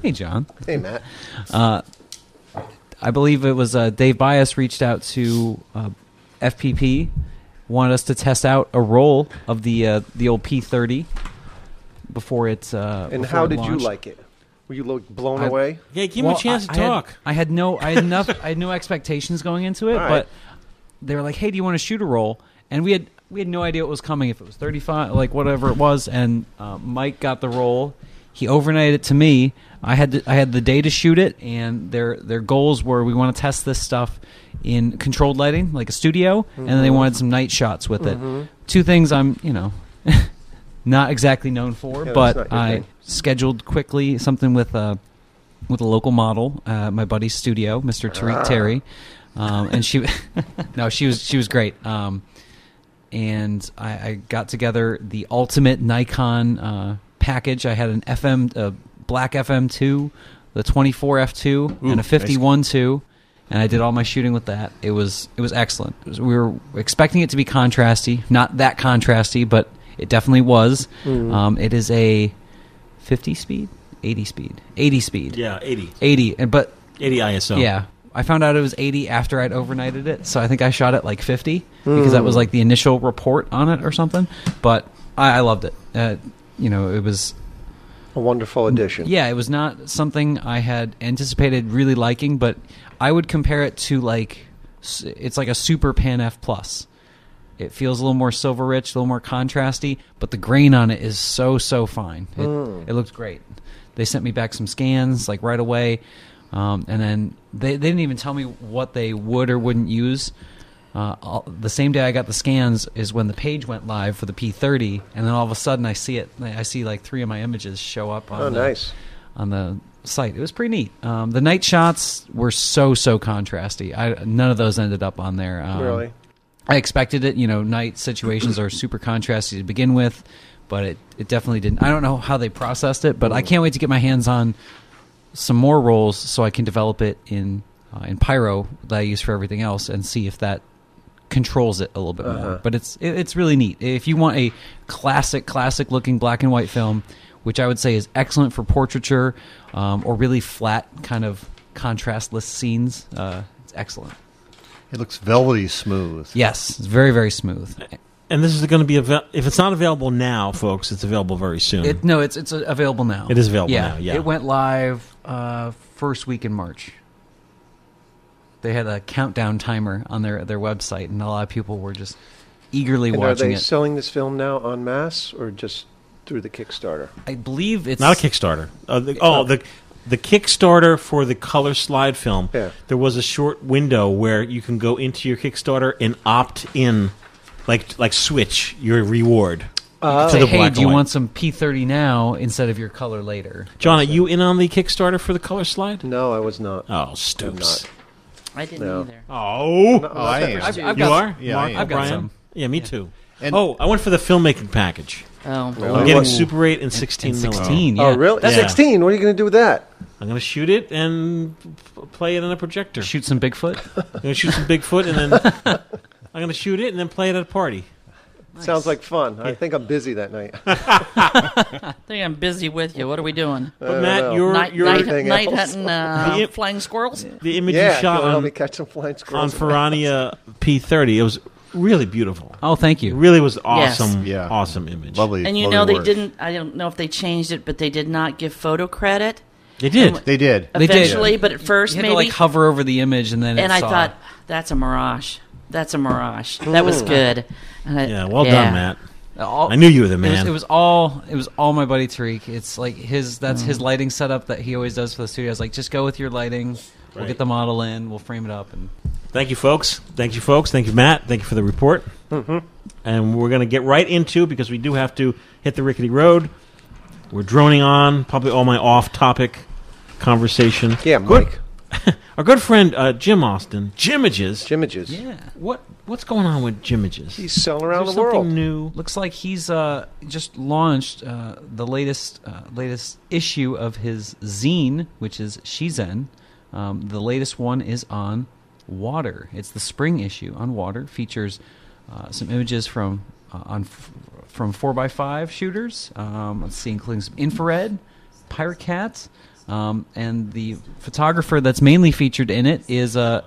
[SPEAKER 3] Hey, John.
[SPEAKER 1] Hey, Matt.
[SPEAKER 3] Uh, I believe it was uh, Dave Bias reached out to uh, FPP, wanted us to test out a roll of the uh, the old P30 before it's. Uh,
[SPEAKER 1] And
[SPEAKER 3] before
[SPEAKER 1] how
[SPEAKER 3] it
[SPEAKER 1] did you
[SPEAKER 3] launched.
[SPEAKER 1] like it? Were you like blown
[SPEAKER 3] I-
[SPEAKER 1] away?
[SPEAKER 2] Yeah, give him a
[SPEAKER 3] Well,
[SPEAKER 2] chance
[SPEAKER 3] I-
[SPEAKER 2] to
[SPEAKER 3] I had-
[SPEAKER 2] talk.
[SPEAKER 3] I had no, I had enough, I had no expectations going into it,
[SPEAKER 1] All right.
[SPEAKER 3] but they were like, "Hey, do you want to shoot a roll?" And we had we had no idea what was coming if it was thirty five, like whatever it was. And uh, Mike got the roll. He overnighted it to me. I had to, I had the day to shoot it, and their their goals were we want to test this stuff in controlled lighting, like a studio, and then they
[SPEAKER 1] Mhm.
[SPEAKER 3] wanted some night shots with
[SPEAKER 1] Mhm.
[SPEAKER 3] it. Two things I'm, you know. Not exactly known for,
[SPEAKER 1] Yeah, that's not
[SPEAKER 3] but
[SPEAKER 1] your
[SPEAKER 3] I
[SPEAKER 1] thing.
[SPEAKER 3] scheduled quickly something with a with a local model, uh, my buddy's studio, Mr. Tariq
[SPEAKER 1] Ah.
[SPEAKER 3] Terry, um, and she no, she was she was great. Um, and I, I got together the ultimate Nikon uh, package. I had an FM, uh, black FM two, the twenty four f two,
[SPEAKER 2] Ooh,
[SPEAKER 3] and a
[SPEAKER 2] nice.
[SPEAKER 3] fifty one two. And I did all my shooting with that. It was it was excellent. It was- we were expecting it to be contrasty, not that contrasty, but it definitely was.
[SPEAKER 2] Mhm.
[SPEAKER 3] Um, it is a fifty speed, eighty speed, eighty speed.
[SPEAKER 2] Yeah, 80.
[SPEAKER 3] 80 and but
[SPEAKER 2] 80 ISO.
[SPEAKER 3] yeah i found out it was 80 after i'd overnighted it so i think i shot it like 50 because that
[SPEAKER 1] Mm.
[SPEAKER 3] was like the initial report on it or something but i, I loved it uh, you know it was
[SPEAKER 1] A wonderful addition.
[SPEAKER 3] yeah it was not something i had anticipated really liking but i would compare it to like s- it's like a super pan f plus it feels a little more silver rich a little more contrasty but the grain on it is so so fine it,
[SPEAKER 1] Mm.
[SPEAKER 3] it looked great they sent me back some scans like right away um, and then they, they didn't even tell me what they would or wouldn't use uh, all, the same day i got the scans is when the page went live for the p30 and then all of a sudden i see it i see like three of my images show up on
[SPEAKER 1] Oh,
[SPEAKER 3] the,
[SPEAKER 1] nice.
[SPEAKER 3] on the site it was pretty neat um, the night shots were so so contrasty I, none of those ended up on there um,
[SPEAKER 1] Really?
[SPEAKER 3] I expected it. You know, night situations are super contrasty to begin with, but it, it definitely didn't. I don't know how they processed it, but I can't wait to get my hands on some more rolls so I can develop it in uh, in Pyro that I use for everything else and see if that controls it a little bit
[SPEAKER 1] Uh-huh.
[SPEAKER 3] more. But it's it, it's really neat. If you want a classic classic looking black and white film, which I would say is excellent for portraiture um, or really flat kind of contrastless scenes, uh, it's excellent.
[SPEAKER 5] It looks velvety smooth.
[SPEAKER 3] Yes, it's very very smooth.
[SPEAKER 2] And this is going to be avail- if it's not available now, folks. It's available very soon.
[SPEAKER 3] It, no, it's it's uh, available now.
[SPEAKER 2] It is available
[SPEAKER 3] yeah.
[SPEAKER 2] now, yeah.
[SPEAKER 3] it went live uh, first week in March. They had a countdown timer on their their website, and a lot of people were just eagerly
[SPEAKER 1] And are
[SPEAKER 3] watching
[SPEAKER 1] they
[SPEAKER 3] it.
[SPEAKER 1] selling this film now en masse or just through the Kickstarter?
[SPEAKER 3] I believe it's
[SPEAKER 2] not a Kickstarter. Uh, the, oh, the the Kickstarter for the color slide film.
[SPEAKER 1] Yeah.
[SPEAKER 2] There was a short window where you can go into your Kickstarter and opt in, like like switch your reward
[SPEAKER 3] Say,
[SPEAKER 2] to the
[SPEAKER 3] hey,
[SPEAKER 2] black
[SPEAKER 3] do you
[SPEAKER 2] and white.
[SPEAKER 3] want some P thirty now instead of your color later?
[SPEAKER 2] John, are you in on the Kickstarter for the color slide?
[SPEAKER 1] No, I was not.
[SPEAKER 2] Oh, stoops.
[SPEAKER 4] I didn't
[SPEAKER 1] No.
[SPEAKER 4] either.
[SPEAKER 2] Oh,
[SPEAKER 1] No,
[SPEAKER 8] I am. I've-
[SPEAKER 1] not-
[SPEAKER 3] I've
[SPEAKER 2] you
[SPEAKER 3] got-
[SPEAKER 2] are.
[SPEAKER 8] yeah,
[SPEAKER 2] Mark
[SPEAKER 8] I am.
[SPEAKER 3] I've got
[SPEAKER 2] O'Brien?
[SPEAKER 3] some.
[SPEAKER 2] Yeah, me too.
[SPEAKER 8] And-
[SPEAKER 2] oh, I went for the filmmaking package.
[SPEAKER 4] Oh,
[SPEAKER 1] Really?
[SPEAKER 2] I'm getting
[SPEAKER 1] What-
[SPEAKER 2] Super 8 and 16.
[SPEAKER 3] And
[SPEAKER 2] millimeter.
[SPEAKER 3] sixteen.
[SPEAKER 1] Oh,
[SPEAKER 3] yeah.
[SPEAKER 1] really?
[SPEAKER 2] That's- Yeah.
[SPEAKER 1] 16. What are you going to do with that?
[SPEAKER 2] I'm going to shoot it and p- play it on a projector.
[SPEAKER 3] Shoot some Bigfoot.
[SPEAKER 2] I'm going to shoot some Bigfoot and then I'm going to shoot it and then play it at a party.
[SPEAKER 1] Sounds like fun. I think I'm busy that night.
[SPEAKER 4] I think I'm busy with you. What are we doing?
[SPEAKER 1] But Matt,
[SPEAKER 2] you're-
[SPEAKER 4] night,
[SPEAKER 2] you're-
[SPEAKER 4] night,
[SPEAKER 1] Uh, Everything
[SPEAKER 4] night
[SPEAKER 1] else.
[SPEAKER 4] hunting uh,
[SPEAKER 2] The im-
[SPEAKER 4] flying squirrels.
[SPEAKER 2] The image
[SPEAKER 1] yeah,
[SPEAKER 2] you
[SPEAKER 1] if
[SPEAKER 2] shot
[SPEAKER 1] wanna help
[SPEAKER 2] on,
[SPEAKER 1] me catch some flying
[SPEAKER 2] on
[SPEAKER 1] squirrels.
[SPEAKER 2] Ferrania P30, it was really beautiful.
[SPEAKER 3] Oh, thank
[SPEAKER 2] It
[SPEAKER 3] you.
[SPEAKER 2] really was
[SPEAKER 4] Yes.
[SPEAKER 2] awesome,
[SPEAKER 8] Yeah.
[SPEAKER 2] awesome image.
[SPEAKER 8] Lovely.
[SPEAKER 4] And you
[SPEAKER 8] lovely
[SPEAKER 4] know they
[SPEAKER 8] work.
[SPEAKER 4] didn't. I don't know if they changed it, but they did not give photo credit
[SPEAKER 2] They did.
[SPEAKER 8] They did.
[SPEAKER 3] They did.
[SPEAKER 4] eventually. But at first,
[SPEAKER 3] You had
[SPEAKER 4] maybe.
[SPEAKER 3] to like hover over the image and then. it
[SPEAKER 4] and I
[SPEAKER 3] saw-
[SPEAKER 4] thought that's a mirage. That's a mirage. That was good. And I-
[SPEAKER 2] yeah, well
[SPEAKER 4] yeah.
[SPEAKER 2] done, Matt.
[SPEAKER 3] all-
[SPEAKER 2] I knew you were the
[SPEAKER 3] It was,
[SPEAKER 2] man.
[SPEAKER 3] it was all it was all my buddy Tariq. It's like his that's his lighting setup that he always does for the studio. I was like, just go with your lighting. We'll
[SPEAKER 2] Right.
[SPEAKER 3] get the model in. We'll frame it up and
[SPEAKER 2] Thank you, folks. Thank you, folks. Thank you, Matt. Thank you for the report. Mm-hmm. And we're going to get right into because we do have to hit the rickety road. We're droning on, probably all my off-topic conversation.
[SPEAKER 1] Yeah,
[SPEAKER 2] Good-
[SPEAKER 1] Mike.
[SPEAKER 2] Our good friend uh, Jim Austin, Jimages.
[SPEAKER 1] Jimages.
[SPEAKER 3] yeah.
[SPEAKER 2] What what's going on with Jimages?
[SPEAKER 1] He's selling
[SPEAKER 2] Is
[SPEAKER 1] around the
[SPEAKER 2] there
[SPEAKER 1] world.
[SPEAKER 2] Something new.
[SPEAKER 3] Looks like he's uh, just launched uh, the latest uh, latest issue of his zine, which is Shizen. Um, the latest one is on water. It's the spring issue on water. Features uh, some images from uh, on f- from four x five shooters. Um, let's see, including some infrared, pirate cats, um, and the photographer that's mainly featured in it is uh,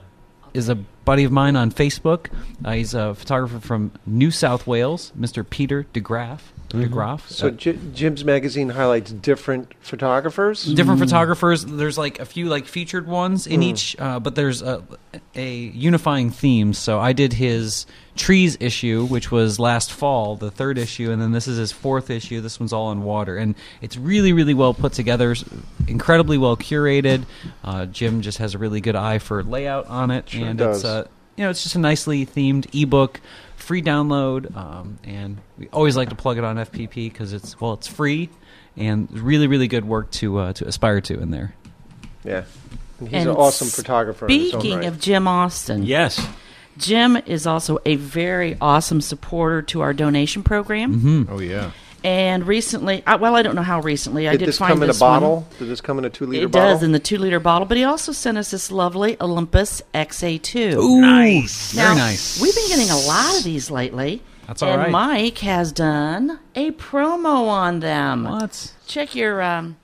[SPEAKER 3] is a buddy of mine on Facebook. Uh, he's a photographer from New South Wales, Mr. Peter DeGraff. DeGraff.
[SPEAKER 1] So
[SPEAKER 3] Uh,
[SPEAKER 1] J- Jim's magazine highlights different photographers.
[SPEAKER 3] Uh, different photographers. There's like a few like featured ones in each, uh, but there's a, a unifying theme. So I did his trees issue, which was last fall, the third issue, and then this is his fourth issue. This one's all on water, and it's really really well put together, s- incredibly well curated. Uh, Jim just has a really good eye for layout on it,
[SPEAKER 1] Sure
[SPEAKER 3] and
[SPEAKER 1] does.
[SPEAKER 3] it's uh, you know it's just a nicely themed ebook. Free download, um, and we always like to plug it on FPP because it's well, it's free, and really, really good work to uh, to aspire to in there.
[SPEAKER 1] Yeah. And he's
[SPEAKER 4] And
[SPEAKER 1] an awesome photographer. in his own
[SPEAKER 4] Speaking
[SPEAKER 1] right.
[SPEAKER 4] of Jim Austin,
[SPEAKER 2] Yes.
[SPEAKER 4] Jim is also a very awesome supporter to our donation program.
[SPEAKER 3] Mm-hmm.
[SPEAKER 8] Oh yeah.
[SPEAKER 4] And recently, I, well, I don't know how recently. I
[SPEAKER 1] did,
[SPEAKER 4] did
[SPEAKER 1] this
[SPEAKER 4] find
[SPEAKER 1] come in a
[SPEAKER 4] this one.
[SPEAKER 1] bottle? Did this come in a two-liter
[SPEAKER 4] it
[SPEAKER 1] bottle?
[SPEAKER 4] does in the two liter bottle, but he also sent us this lovely Olympus XA2.
[SPEAKER 3] nice,
[SPEAKER 4] Now,
[SPEAKER 3] very nice.
[SPEAKER 4] We've been getting a lot of these lately.
[SPEAKER 3] That's all
[SPEAKER 4] and
[SPEAKER 3] right.
[SPEAKER 4] Mike has done a promo on them.
[SPEAKER 3] What?
[SPEAKER 4] Check your um,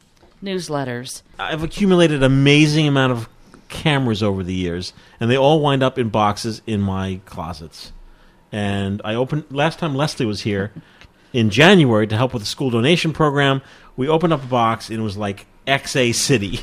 [SPEAKER 4] newsletters.
[SPEAKER 2] I've accumulated amazing amount of cameras over the years, and they all wind up in boxes in my closets. And I opened last time Leslie was here in January to help with the school donation program. We opened up a box and it was like XA City.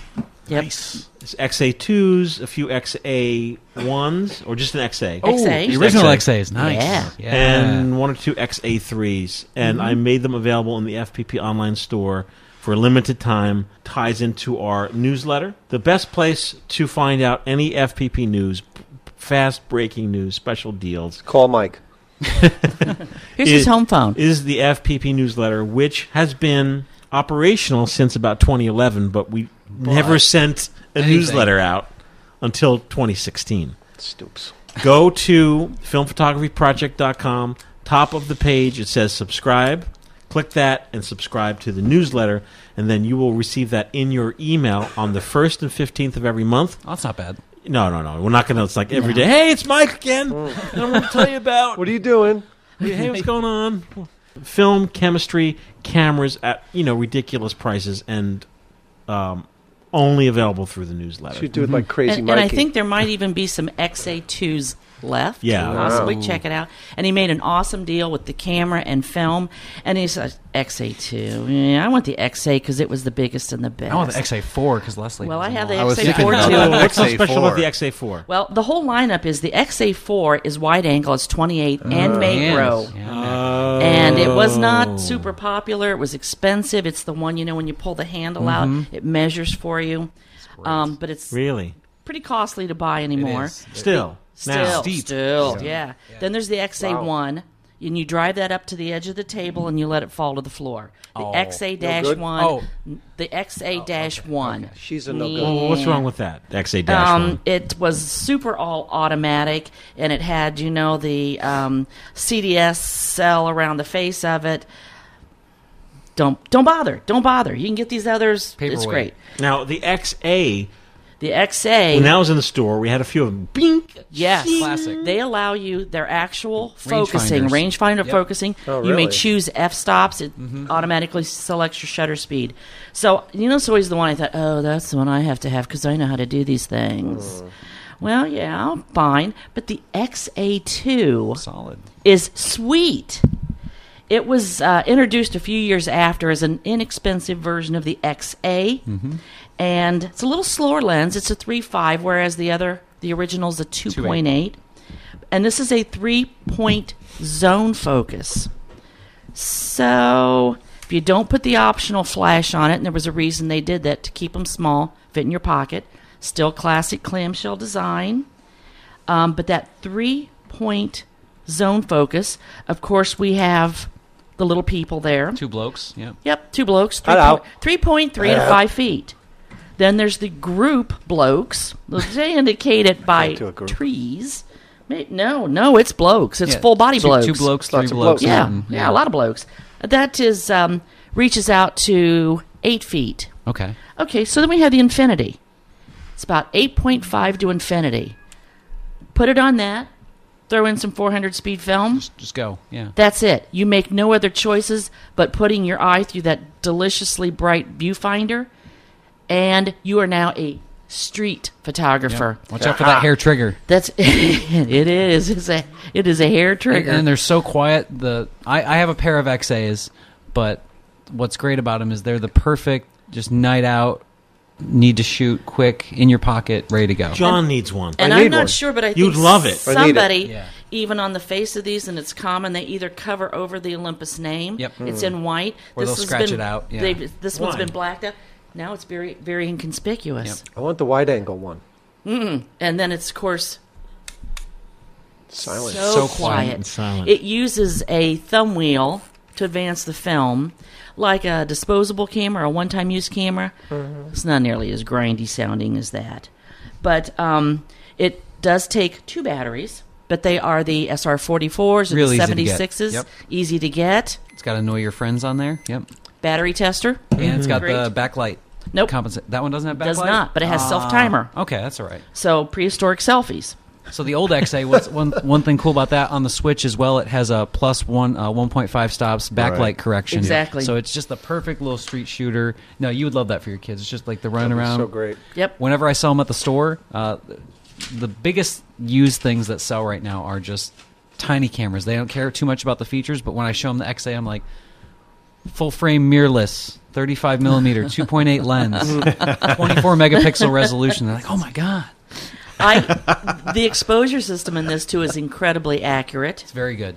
[SPEAKER 4] Yep.
[SPEAKER 2] It's XA twos, a few XA ones, or just an XA.
[SPEAKER 4] Oh, XA.
[SPEAKER 3] the original
[SPEAKER 2] XA.
[SPEAKER 3] XA is nice.
[SPEAKER 4] Yeah.
[SPEAKER 2] and one or two XA3s. And I made them available in the FPP online store for a limited time. Ties into our newsletter. The best place to find out any FPP news, p- fast breaking news, special deals
[SPEAKER 1] Call Mike.
[SPEAKER 4] Here's
[SPEAKER 2] It-
[SPEAKER 4] his home phone.
[SPEAKER 2] is the FPP newsletter, which has been operational since about 2011, but we never sent a
[SPEAKER 3] Anything.
[SPEAKER 2] newsletter out until 2016
[SPEAKER 1] Stoops.
[SPEAKER 2] go to filmphotographyproject.com top of the page it says subscribe click that and subscribe to the newsletter and then you will receive that in your email on the 1st and 15th of every month
[SPEAKER 3] Oh, that's not bad.
[SPEAKER 2] no no no we're not gonna it's like every day hey it's mike again and i'm gonna tell you about
[SPEAKER 1] What are you doing?
[SPEAKER 2] hey what's going on film chemistry cameras at you know ridiculous prices and um, only available through the newsletter
[SPEAKER 1] Should do it like crazy,
[SPEAKER 4] And,
[SPEAKER 1] Mikey.
[SPEAKER 4] and I think there might even be some XA2s left.
[SPEAKER 2] Yeah.
[SPEAKER 4] Possibly check it out. And he made an awesome deal with the camera and film. And he says, XA2. Yeah, I want the XA because it was the biggest and the best.
[SPEAKER 3] I want the XA4 because Leslie.
[SPEAKER 4] Well,
[SPEAKER 3] has
[SPEAKER 4] I
[SPEAKER 3] them
[SPEAKER 4] have the
[SPEAKER 3] all.
[SPEAKER 8] I was
[SPEAKER 4] XA4
[SPEAKER 8] thinking about
[SPEAKER 4] too.
[SPEAKER 8] that.
[SPEAKER 2] Well, what's so
[SPEAKER 8] XA4.
[SPEAKER 2] special about the xa4
[SPEAKER 4] Well, the whole lineup is the XA4 is wide angle, it's 28 and
[SPEAKER 3] Yes.
[SPEAKER 4] macro.
[SPEAKER 3] Yeah.
[SPEAKER 1] Uh,
[SPEAKER 4] And it was
[SPEAKER 2] Oh.
[SPEAKER 4] not super popular. It was expensive. It's the one, you know, when you pull the handle out, it measures for you. Um, but it's
[SPEAKER 2] Really?
[SPEAKER 4] pretty costly to buy anymore.
[SPEAKER 3] is.
[SPEAKER 2] Still.
[SPEAKER 4] Still,
[SPEAKER 3] Steep.
[SPEAKER 4] still, yeah. Then there's the XA1, and you drive that up to the edge of the table and you let it fall to the floor. The XA-1,
[SPEAKER 3] Oh.
[SPEAKER 4] the XA-1.
[SPEAKER 1] She's a no good.
[SPEAKER 2] Well, oh, what's wrong with that? XA dash
[SPEAKER 4] Um, it was super all automatic, and it had you know the um, CDS cell around the face of it. Don't don't bother, don't bother. You can get these others. It's
[SPEAKER 3] Paperweight.
[SPEAKER 4] great.
[SPEAKER 2] Now the XA
[SPEAKER 4] The XA.
[SPEAKER 2] When I was in the store, we had a few of them. Bing.
[SPEAKER 4] Yes.
[SPEAKER 3] Classic.
[SPEAKER 4] They allow you their actual focusing,
[SPEAKER 3] finders.
[SPEAKER 4] rangefinder
[SPEAKER 3] Yep.
[SPEAKER 4] focusing.
[SPEAKER 1] Oh,
[SPEAKER 4] You may
[SPEAKER 1] really? Mm-hmm.
[SPEAKER 4] choose f stops. It automatically selects your shutter speed. So you know, it's always the one I thought, oh, that's the one I have to have because I know how to do these
[SPEAKER 1] Mm.
[SPEAKER 4] things. Well, yeah, fine. But the XA2
[SPEAKER 3] Solid.
[SPEAKER 4] is sweet. It was uh, introduced a few years after as an inexpensive version of the XA, and it's a little slower lens. It's a 3.5, whereas the other, the original, is a 2.8. and this is a three-point zone focus. So if you don't put the optional flash on it, and there was a reason they did that to keep them small, fit in your pocket. Still classic clamshell design. Um, but that three point zone focus, of course, we have the little people there.
[SPEAKER 3] Two blokes. Yeah.
[SPEAKER 4] Yep, two blokes. Three
[SPEAKER 1] Hello.
[SPEAKER 4] point- 3.3 to 5 feet. Then there's the group blokes. They indicate it by
[SPEAKER 1] Into a group.
[SPEAKER 4] trees. May- No, no, it's blokes. It's
[SPEAKER 3] Yeah,
[SPEAKER 4] full body
[SPEAKER 3] two,
[SPEAKER 4] blokes.
[SPEAKER 3] Two blokes, three
[SPEAKER 1] Lots of
[SPEAKER 3] blokes.
[SPEAKER 1] blokes.
[SPEAKER 4] Yeah,
[SPEAKER 3] something.
[SPEAKER 4] yeah, a lot of blokes. That is um, reaches out to eight feet.
[SPEAKER 3] Okay.
[SPEAKER 4] Okay, so then we have the infinity. It's about 8.5 to infinity. Put it on that. Throw in some 400 speed film.
[SPEAKER 3] Just go. Yeah.
[SPEAKER 4] That's it. You make no other choices but putting your eye through that deliciously bright viewfinder, and you are now a street photographer.
[SPEAKER 3] Watch
[SPEAKER 1] Ah.
[SPEAKER 3] out for that hair trigger.
[SPEAKER 4] That's it is. It's a it is a hair
[SPEAKER 3] And,
[SPEAKER 4] trigger.
[SPEAKER 3] and they're so quiet. The I, I have a pair of XAs, but what's great about them is they're the perfect just night out, need to shoot quick in your pocket, ready to go.
[SPEAKER 2] John needs one.
[SPEAKER 4] And
[SPEAKER 1] I
[SPEAKER 4] I'm
[SPEAKER 1] need
[SPEAKER 4] not
[SPEAKER 1] one.
[SPEAKER 4] sure, but I think
[SPEAKER 2] You'd love it.
[SPEAKER 1] I need it.
[SPEAKER 4] Somebody,
[SPEAKER 3] Yeah.
[SPEAKER 4] even on the face of these, and it's common, they either cover over the Olympus name.
[SPEAKER 3] Yep.
[SPEAKER 2] Mm.
[SPEAKER 4] It's in white.
[SPEAKER 3] Or they'll
[SPEAKER 4] has
[SPEAKER 3] scratch
[SPEAKER 4] been-
[SPEAKER 3] it out, yeah.
[SPEAKER 4] they've- This one's
[SPEAKER 2] Why?
[SPEAKER 4] been blacked out. Now it's very, very inconspicuous.
[SPEAKER 1] I want the wide angle one.
[SPEAKER 4] And then it's, of course,
[SPEAKER 1] Silence.
[SPEAKER 4] so,
[SPEAKER 3] So
[SPEAKER 4] quiet.
[SPEAKER 3] quiet
[SPEAKER 2] and silent.
[SPEAKER 4] It uses a thumb wheel to advance the film, like a disposable camera, a one-time use camera. It's not nearly as grindy sounding as that, but um, it does take two batteries. But they are the SR44s and
[SPEAKER 3] Real easy to
[SPEAKER 4] the
[SPEAKER 3] get.
[SPEAKER 4] 76s,
[SPEAKER 3] Yep.
[SPEAKER 4] easy to get.
[SPEAKER 3] It's got annoy your friends on there. Yep.
[SPEAKER 4] Battery tester
[SPEAKER 3] And it's got the
[SPEAKER 4] Great.
[SPEAKER 3] backlight.
[SPEAKER 4] Nope.
[SPEAKER 3] Compensa- that one doesn't have backlight. Ah,
[SPEAKER 4] does not, but it has self timer.
[SPEAKER 3] Okay, that's all right.
[SPEAKER 4] So prehistoric selfies.
[SPEAKER 3] So the old XA, what's one one thing cool about that on the Switch as well, it has a plus one uh, one point five stops backlight correction.
[SPEAKER 4] Exactly.
[SPEAKER 3] So it's just the perfect little street shooter. No, you would love that for your kids. It's just like the running around.
[SPEAKER 1] So great.
[SPEAKER 4] Yep.
[SPEAKER 3] Whenever I sell them at the store, uh, the biggest used things that sell right now are just tiny cameras. They don't care too much about the features, but when I show them the XA, I'm like, full frame mirrorless, 35 millimeter, 2.8 lens, 24 megapixel resolution. They're like, oh my god,
[SPEAKER 4] I the exposure system in this too is incredibly accurate.
[SPEAKER 3] it's very good.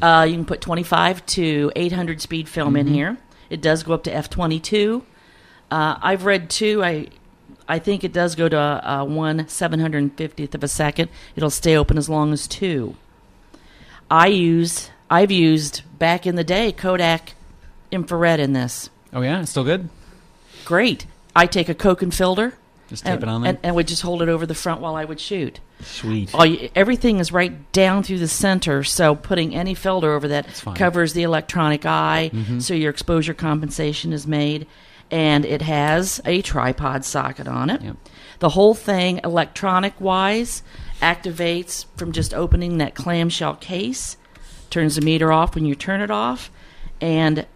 [SPEAKER 4] Uh, you can put 25 to 800 speed film
[SPEAKER 3] Mm-hmm.
[SPEAKER 4] in here. It does go up to f22. Uh, I've read two. I I think it does go to uh, one 750th of a second. It'll stay open as long as two. I use I've used back in the day Kodak infrared in this.
[SPEAKER 3] Oh yeah, it's still good.
[SPEAKER 4] Great. I take a Coke and filter.
[SPEAKER 3] Just tape
[SPEAKER 4] and,
[SPEAKER 3] it on there.
[SPEAKER 4] And, and would just hold it over the front while I would shoot.
[SPEAKER 2] Sweet.
[SPEAKER 4] All you, everything is right down through the center, so putting any filter over that
[SPEAKER 3] fine. Mm-hmm.
[SPEAKER 4] covers the electronic eye, so your exposure compensation is made. And it has a tripod socket on it.
[SPEAKER 3] Yep.
[SPEAKER 4] The whole thing, electronic wise, activates from just opening that clamshell case, turns the meter off when you turn it off, and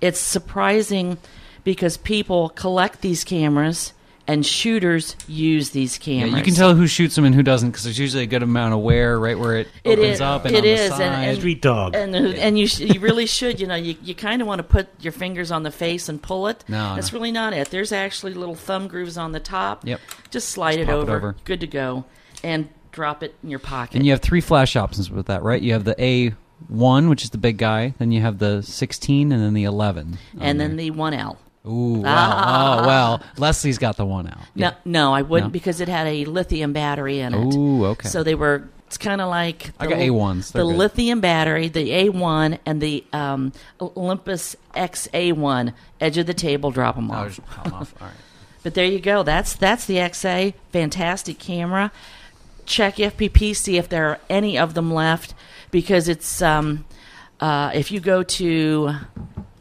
[SPEAKER 4] it's surprising because people collect these cameras and shooters use these
[SPEAKER 3] Yeah,
[SPEAKER 4] cameras.
[SPEAKER 3] you can tell who shoots them and who doesn't because there's usually a good amount of wear right where it,
[SPEAKER 4] It
[SPEAKER 3] opens
[SPEAKER 4] is-
[SPEAKER 3] up and
[SPEAKER 4] it
[SPEAKER 3] on
[SPEAKER 4] is,
[SPEAKER 3] the
[SPEAKER 4] and-
[SPEAKER 3] side.
[SPEAKER 4] and-
[SPEAKER 2] Street dog.
[SPEAKER 4] and uh, and you sh- you really should you know you, you kind of want to put your fingers on the face and pull it
[SPEAKER 3] No,
[SPEAKER 4] that's
[SPEAKER 3] no.
[SPEAKER 4] really not it there's actually little thumb grooves on the top
[SPEAKER 3] Yep.
[SPEAKER 4] just slide it
[SPEAKER 3] pop it
[SPEAKER 4] over.
[SPEAKER 3] over.
[SPEAKER 4] good to go and drop it in your pocket
[SPEAKER 3] And you have three flash options with that, right? You have the A one, which is the big guy. Then you have the sixteen, and then the eleven.
[SPEAKER 4] and then the 1l
[SPEAKER 3] Ooh, wow! Oh, well, Leslie's got the one out.
[SPEAKER 4] Ah. no no i wouldn't
[SPEAKER 3] No?
[SPEAKER 4] because it had a lithium battery in it
[SPEAKER 3] Ooh, okay.
[SPEAKER 4] so they were it's kind of like
[SPEAKER 3] I
[SPEAKER 4] the
[SPEAKER 3] got
[SPEAKER 4] li-
[SPEAKER 3] A1s. They're
[SPEAKER 4] the
[SPEAKER 3] good.
[SPEAKER 4] lithium battery the a1 and the um, olympus xa1 edge of the table drop them
[SPEAKER 3] Oh,
[SPEAKER 4] off
[SPEAKER 3] just pop 'em off. All right.
[SPEAKER 4] But there you go. That's that's the XA. Fantastic camera. Check FPP. See if there are any of them left because it's um, uh, if you go to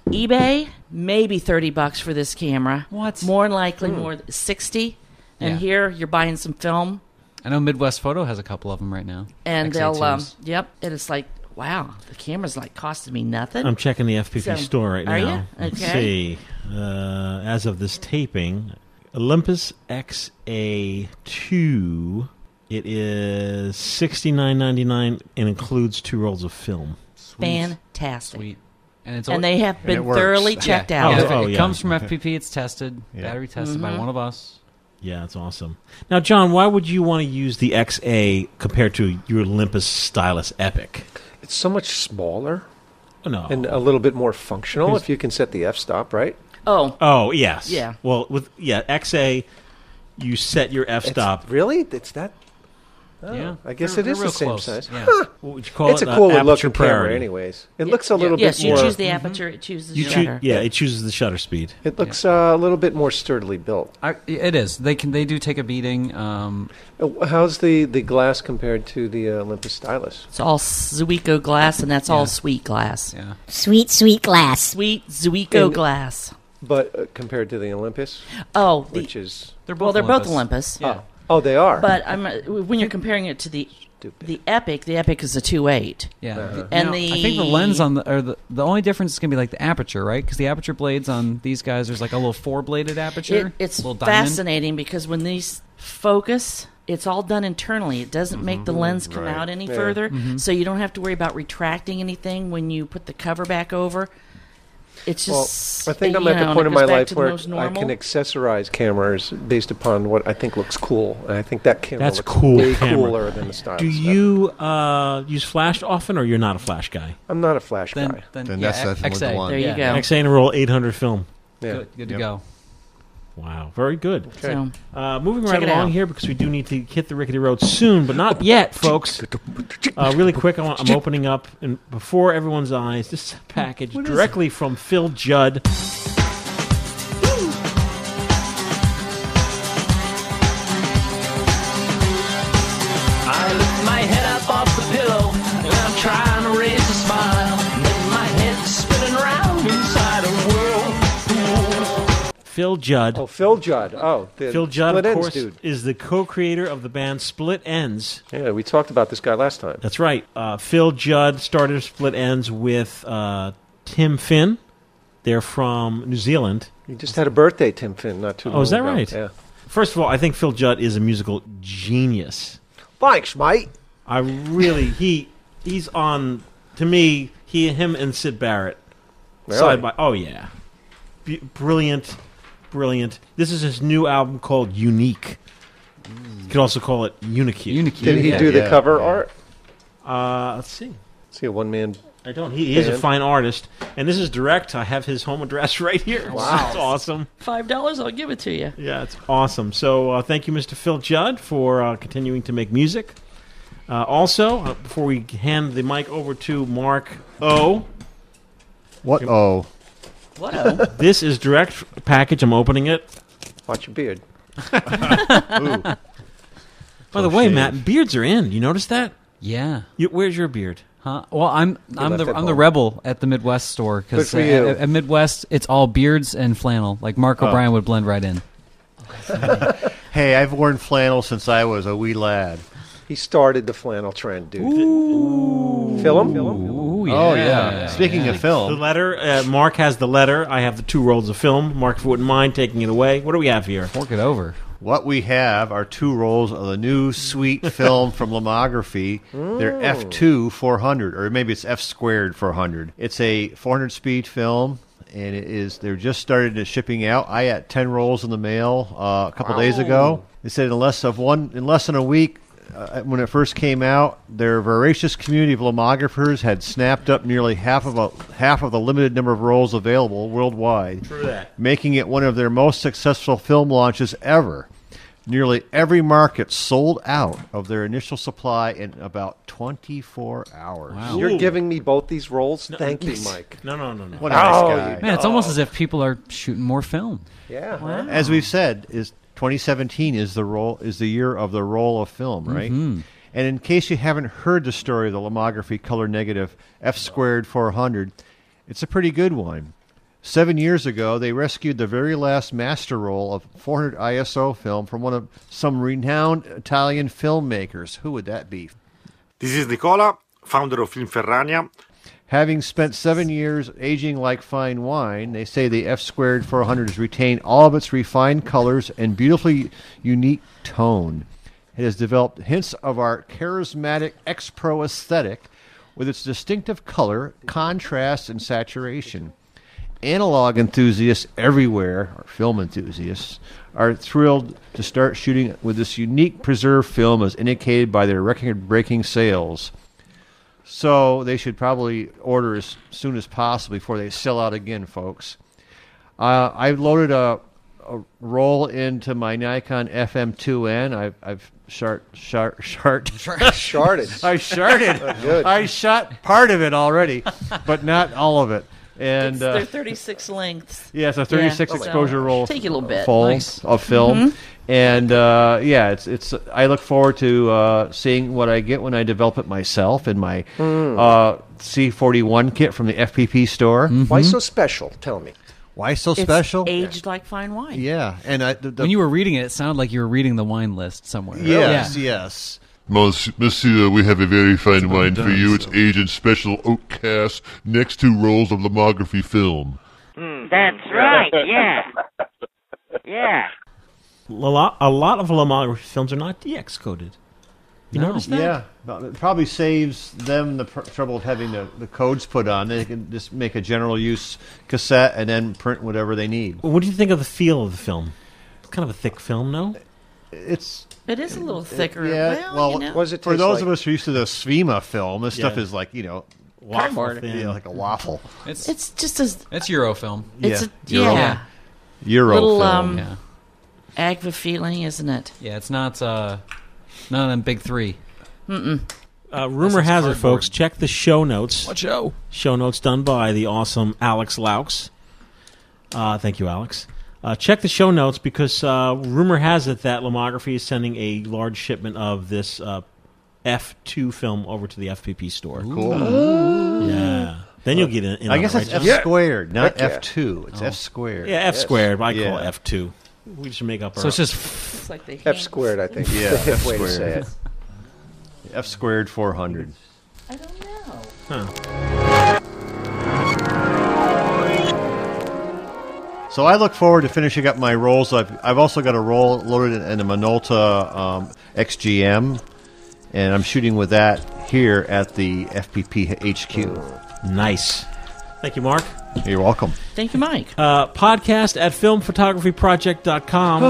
[SPEAKER 4] eBay, maybe thirty bucks for this camera.
[SPEAKER 3] What?
[SPEAKER 4] More than likely more more sixty. And
[SPEAKER 3] Yeah.
[SPEAKER 4] here you're buying some film,
[SPEAKER 3] I know Midwest Photo has a couple of them right now. XA2s.
[SPEAKER 4] and they'll um, yep. And it's like, wow, the camera's like costing me nothing.
[SPEAKER 2] I'm checking the FPP
[SPEAKER 4] So-
[SPEAKER 2] store right
[SPEAKER 4] are
[SPEAKER 2] now.
[SPEAKER 4] You?
[SPEAKER 2] Let's
[SPEAKER 4] Okay.
[SPEAKER 2] see. Uh, as of this taping, Olympus XA2. It is sixty nine ninety nine and includes two rolls of film.
[SPEAKER 4] Fantastic.
[SPEAKER 3] Sweet. And it's
[SPEAKER 4] And
[SPEAKER 3] al-
[SPEAKER 4] they have And been it works. thoroughly checked
[SPEAKER 3] Yeah.
[SPEAKER 4] out.
[SPEAKER 3] Yeah, if
[SPEAKER 2] Oh,
[SPEAKER 3] it
[SPEAKER 2] yeah.
[SPEAKER 3] comes from FPP. It's tested,
[SPEAKER 2] Yeah.
[SPEAKER 3] battery tested by
[SPEAKER 4] Mhm.
[SPEAKER 3] one of us.
[SPEAKER 2] Yeah, it's awesome. Now, John, why would you want to use the XA compared to your Olympus Stylus Epic?
[SPEAKER 1] It's so much smaller.
[SPEAKER 2] No.
[SPEAKER 1] And a little bit more functional
[SPEAKER 2] Here's-
[SPEAKER 1] if you can set the f stop, right?
[SPEAKER 4] Oh.
[SPEAKER 2] Oh yes.
[SPEAKER 1] Yeah.
[SPEAKER 2] Well, with yeah XA, you set your f
[SPEAKER 1] It's-
[SPEAKER 2] stop.
[SPEAKER 1] Really? It's that? Oh,
[SPEAKER 3] Yeah.
[SPEAKER 1] I guess
[SPEAKER 3] They're-
[SPEAKER 1] it is
[SPEAKER 3] they're real
[SPEAKER 1] the same
[SPEAKER 3] close,
[SPEAKER 1] size.
[SPEAKER 3] yeah.
[SPEAKER 1] Huh.
[SPEAKER 2] What would you call
[SPEAKER 1] it's
[SPEAKER 2] it?
[SPEAKER 1] a
[SPEAKER 2] Uh,
[SPEAKER 1] cool looking
[SPEAKER 2] aperture
[SPEAKER 1] camera,
[SPEAKER 2] priority.
[SPEAKER 1] anyways. It looks a little
[SPEAKER 4] Oh, yes,
[SPEAKER 1] bit
[SPEAKER 4] you
[SPEAKER 1] more.
[SPEAKER 4] choose the aperture, it chooses the
[SPEAKER 2] You choo-
[SPEAKER 4] shutter.
[SPEAKER 2] yeah, it chooses the shutter speed.
[SPEAKER 1] It looks uh, a little bit more sturdily built.
[SPEAKER 3] I, it is. They can. They do take a beating. Um,
[SPEAKER 1] Uh, How's the, the glass compared to the uh, Olympus Stylus?
[SPEAKER 4] It's all Zuiko glass, and that's all sweet glass.
[SPEAKER 3] Yeah.
[SPEAKER 8] Sweet, sweet glass.
[SPEAKER 4] Sweet Zuiko
[SPEAKER 1] And-
[SPEAKER 4] glass.
[SPEAKER 1] But uh, compared to the Olympus?
[SPEAKER 4] Oh, the-
[SPEAKER 1] which is
[SPEAKER 4] They're both well, they're both Olympus. Olympus. Yeah.
[SPEAKER 1] Oh. Oh, they are.
[SPEAKER 4] But I'm, uh, when you're comparing it to the the Epic, the Epic is a two eight.
[SPEAKER 3] Yeah,
[SPEAKER 4] and
[SPEAKER 3] Now,
[SPEAKER 4] the
[SPEAKER 3] I think the lens on the or the, the only difference is going to be like the aperture, right? Because the aperture blades on these guys there's like a little four bladed aperture.
[SPEAKER 4] It, it's
[SPEAKER 3] little diamond.
[SPEAKER 4] fascinating because when these focus, it's all done internally. It doesn't make the
[SPEAKER 1] Mm-hmm.
[SPEAKER 3] Mhm.
[SPEAKER 4] lens come
[SPEAKER 3] Right.
[SPEAKER 4] out any
[SPEAKER 3] Yeah.
[SPEAKER 4] further,
[SPEAKER 3] Mhm.
[SPEAKER 4] so you don't have to worry about retracting anything when you put the cover back over. It's just. uh,
[SPEAKER 1] well, I think I'm
[SPEAKER 4] you
[SPEAKER 1] at
[SPEAKER 4] know,
[SPEAKER 1] the
[SPEAKER 4] and
[SPEAKER 1] point
[SPEAKER 4] it
[SPEAKER 1] in
[SPEAKER 4] goes
[SPEAKER 1] my
[SPEAKER 4] back
[SPEAKER 1] life
[SPEAKER 4] to the
[SPEAKER 1] where
[SPEAKER 4] most
[SPEAKER 1] I
[SPEAKER 4] normal.
[SPEAKER 1] can accessorize cameras based upon what I think looks cool. And I think that camera
[SPEAKER 2] That's
[SPEAKER 1] looks
[SPEAKER 2] cool.
[SPEAKER 1] way
[SPEAKER 2] camera.
[SPEAKER 1] cooler than the Stylus.
[SPEAKER 2] Do you uh, use flash often, or you're not a flash guy?
[SPEAKER 1] I'm not a flash
[SPEAKER 3] Then-
[SPEAKER 1] guy.
[SPEAKER 3] then- Then yeah, that's definitely the XA. one. There you go.
[SPEAKER 2] XA and roll 800 film.
[SPEAKER 1] Yeah.
[SPEAKER 3] Good, good to go.
[SPEAKER 2] Wow, very good.
[SPEAKER 1] Okay.
[SPEAKER 4] So-
[SPEAKER 2] uh, moving
[SPEAKER 4] Check
[SPEAKER 2] right
[SPEAKER 4] it
[SPEAKER 2] along
[SPEAKER 4] out.
[SPEAKER 2] here because we do need to hit the rickety road soon, but not yet, folks. Uh, really quick, I want, I'm opening up and before everyone's eyes this package
[SPEAKER 14] What is
[SPEAKER 2] directly from Phil Judd.
[SPEAKER 14] I lift my head up off the pillow and I'm trying to raise a smile. Then my head's spinning round inside a whirlpool.
[SPEAKER 2] Phil Judd.
[SPEAKER 1] Oh, Phil Judd. Oh, the
[SPEAKER 2] Phil Judd,
[SPEAKER 1] Split
[SPEAKER 2] of
[SPEAKER 1] Ends
[SPEAKER 2] course,
[SPEAKER 1] dude.
[SPEAKER 2] is the co-creator of the band Split Ends.
[SPEAKER 1] Yeah, we talked about this guy last time.
[SPEAKER 2] That's right. Uh, Phil Judd started Split Ends with uh, Tim Finn. They're from New Zealand.
[SPEAKER 1] You just had a birthday, Tim Finn, not too long
[SPEAKER 2] Oh, is that
[SPEAKER 1] ago.
[SPEAKER 2] right?
[SPEAKER 1] Yeah.
[SPEAKER 2] First of all, I think Phil Judd is a musical genius.
[SPEAKER 1] Thanks, mate.
[SPEAKER 2] I really he he's on to me he him and Sid Barrett side
[SPEAKER 1] Really?
[SPEAKER 2] by oh yeah, B- brilliant, brilliant. This is his new album called Unique. You could also call it Unicue. Unicue.
[SPEAKER 1] Did he do the cover art?
[SPEAKER 2] Uh, let's see.
[SPEAKER 1] See a one man.
[SPEAKER 2] I don't. He, he is a
[SPEAKER 1] band?
[SPEAKER 2] fine artist, and this is direct. I have his home address right here.
[SPEAKER 4] Wow.
[SPEAKER 2] it's awesome.
[SPEAKER 4] Five dollars, I'll give it to you.
[SPEAKER 2] Yeah, it's awesome. So uh, thank you, Mr. Phil Judd, for uh, continuing to make music. Uh, also, uh, before we hand the mic over to Mark O,
[SPEAKER 5] What oh?
[SPEAKER 4] What a
[SPEAKER 2] this is direct package. I'm opening it.
[SPEAKER 1] Watch your beard.
[SPEAKER 2] By the way, Matt, beards are in. You notice that?
[SPEAKER 3] Yeah.
[SPEAKER 2] You, where's your beard?
[SPEAKER 3] Huh? Well, I'm I'm
[SPEAKER 2] left
[SPEAKER 3] the
[SPEAKER 2] at
[SPEAKER 3] I'm the
[SPEAKER 2] home.
[SPEAKER 3] rebel at the Midwest store
[SPEAKER 2] Good
[SPEAKER 3] because
[SPEAKER 2] for you.
[SPEAKER 3] at, at Midwest it's all beards and flannel. Like Mark
[SPEAKER 6] Oh.
[SPEAKER 3] O'Brien would blend right in.
[SPEAKER 6] hey, I've worn flannel since I was a wee lad.
[SPEAKER 1] He started the flannel trend, dude. Film?
[SPEAKER 6] Oh, yeah. yeah. Speaking of film-
[SPEAKER 2] the letter. Uh, Mark has the letter. I have the two rolls of film. Mark, if you wouldn't mind taking it away. What do we have here?
[SPEAKER 3] Fork it over.
[SPEAKER 6] What we have are two rolls of the new sweet film from Lomography. They're
[SPEAKER 1] Mm.
[SPEAKER 6] F2 400, or maybe it's F squared 400. It's a 400 speed film. And it is. They're just started to shipping out. I had ten rolls in the mail uh, a couple days ago. They said in less of one, in less than a week, uh, when it first came out, their voracious community of lomographers had snapped up nearly half of a, half of the limited number of rolls available worldwide.
[SPEAKER 2] True that.
[SPEAKER 6] Making it one of their most successful film launches ever. Nearly every market sold out of their initial supply in about 24 hours.
[SPEAKER 1] You're giving me both these rolls? Thank you,
[SPEAKER 6] yes.
[SPEAKER 1] Mike.
[SPEAKER 2] No, no, no, no.
[SPEAKER 6] What a nice
[SPEAKER 1] Oh,
[SPEAKER 6] guy.
[SPEAKER 1] you-
[SPEAKER 3] Man, it's almost as if people are shooting more film.
[SPEAKER 1] Yeah.
[SPEAKER 6] As we've said, is 2017 is the role is the year of the role of film, right?
[SPEAKER 3] Mhm.
[SPEAKER 6] And in case you haven't heard the story of the lomography color negative F squared 400, it's a pretty good one. Seven years ago, they rescued the very last master roll of 400 ISO film from one of some renowned Italian filmmakers. Who would that be?
[SPEAKER 13] This is Nicola, founder of Filmferrania.
[SPEAKER 6] Having spent seven years aging like fine wine, they say the F squared 400 has retained all of its refined colors and beautifully unique tone. It has developed hints of our charismatic X Pro aesthetic with its distinctive color, contrast, and saturation. Analog enthusiasts everywhere, or film enthusiasts, are thrilled to start shooting with this unique preserved film as indicated by their record breaking sales. So they should probably order as soon as possible before they sell out again, folks. Uh, I've loaded a, a roll into my Nikon FM2N. I've, I've shart, shart, shart.
[SPEAKER 1] Sharded.
[SPEAKER 6] I sharded.
[SPEAKER 1] Good.
[SPEAKER 6] I shot part of it already, but not all of it. And
[SPEAKER 4] It's-
[SPEAKER 6] uh,
[SPEAKER 4] they're 36 lengths.
[SPEAKER 6] Yeah, it's a 36
[SPEAKER 4] Yeah, so
[SPEAKER 6] exposure roll.
[SPEAKER 4] Take you a little bit.
[SPEAKER 6] Full
[SPEAKER 4] Nice.
[SPEAKER 6] of film.
[SPEAKER 4] Mhm.
[SPEAKER 6] And uh, yeah, it's it's. I look forward to uh, seeing what I get when I develop it myself in my
[SPEAKER 1] Mm.
[SPEAKER 6] uh, C41 kit from the FPP store.
[SPEAKER 3] Mm.
[SPEAKER 1] Why so special? Tell me.
[SPEAKER 6] Why so
[SPEAKER 4] It's
[SPEAKER 6] special?
[SPEAKER 4] aged like fine wine.
[SPEAKER 6] Yeah, and I, the, the-
[SPEAKER 3] when you were reading it, it sounded like you were reading the wine list somewhere.
[SPEAKER 6] Yes, yes.
[SPEAKER 8] Mons- Monsieur, we have a very fine wine for
[SPEAKER 3] done,
[SPEAKER 8] you. It's aged in special oak cask next to rolls of lomography film.
[SPEAKER 15] That's right. Yeah. Yeah.
[SPEAKER 2] A lot, a lot of Lomography films are not DX coded. You notice that?
[SPEAKER 6] Yeah, but it probably saves them the pr- trouble of having the, the codes put on. They can just make a general use cassette and then print whatever they need.
[SPEAKER 2] Well, What do you think of the feel of the film? It's kind of a thick film, no?
[SPEAKER 6] It's
[SPEAKER 4] It is a little thicker.
[SPEAKER 6] Yeah,
[SPEAKER 4] well,
[SPEAKER 6] well,
[SPEAKER 4] you know.
[SPEAKER 6] for those of us who are used to the SVMA film, this stuff
[SPEAKER 3] Yeah.
[SPEAKER 6] is like you know
[SPEAKER 3] Waffle
[SPEAKER 6] waffle,
[SPEAKER 3] thin.
[SPEAKER 6] yeah, like a waffle.
[SPEAKER 3] It's
[SPEAKER 4] it's just as
[SPEAKER 3] it's Eurofilm.
[SPEAKER 4] It's
[SPEAKER 3] Euro.
[SPEAKER 4] a, yeah.
[SPEAKER 6] Euro
[SPEAKER 4] little,
[SPEAKER 3] film,
[SPEAKER 4] Um,
[SPEAKER 3] yeah.
[SPEAKER 4] Agva feeling, isn't it?
[SPEAKER 3] Yeah, it's not uh, none of them big three.
[SPEAKER 4] Mm-mm.
[SPEAKER 2] Uh, rumor
[SPEAKER 3] This is
[SPEAKER 2] has it,
[SPEAKER 3] cardboard.
[SPEAKER 2] folks. Check the show notes.
[SPEAKER 3] What show?
[SPEAKER 2] Show notes done by the awesome Alex Laux. Uh, thank you, Alex. Uh, check the show notes because uh, rumor has it that Lomography is sending a large shipment of this uh, F2 film over to the FPP store.
[SPEAKER 6] Cool.
[SPEAKER 14] Ooh.
[SPEAKER 2] Yeah. Then you'll get in. in
[SPEAKER 6] I
[SPEAKER 2] on
[SPEAKER 6] guess
[SPEAKER 2] the
[SPEAKER 6] that's
[SPEAKER 2] right
[SPEAKER 6] F
[SPEAKER 2] stuff.
[SPEAKER 6] squared, not F two. It's F squared.
[SPEAKER 2] Yeah, F squared. but I call
[SPEAKER 6] Yeah.
[SPEAKER 2] it F two. We just make up.
[SPEAKER 6] So
[SPEAKER 2] our
[SPEAKER 6] it's just
[SPEAKER 1] It's like they F squared, I think.
[SPEAKER 6] Yeah,
[SPEAKER 1] That's the
[SPEAKER 6] F
[SPEAKER 1] way to
[SPEAKER 6] squared.
[SPEAKER 1] say it.
[SPEAKER 6] F squared four hundred. So I look forward to finishing up my rolls. I've, I've also got a roll loaded in a Minolta um, XGM, and I'm shooting with that here at the FPP HQ.
[SPEAKER 2] Nice. Thank you, Mark.
[SPEAKER 6] You're welcome.
[SPEAKER 4] Thank you, Mike.
[SPEAKER 2] Uh, podcast at filmphotographyproject.com.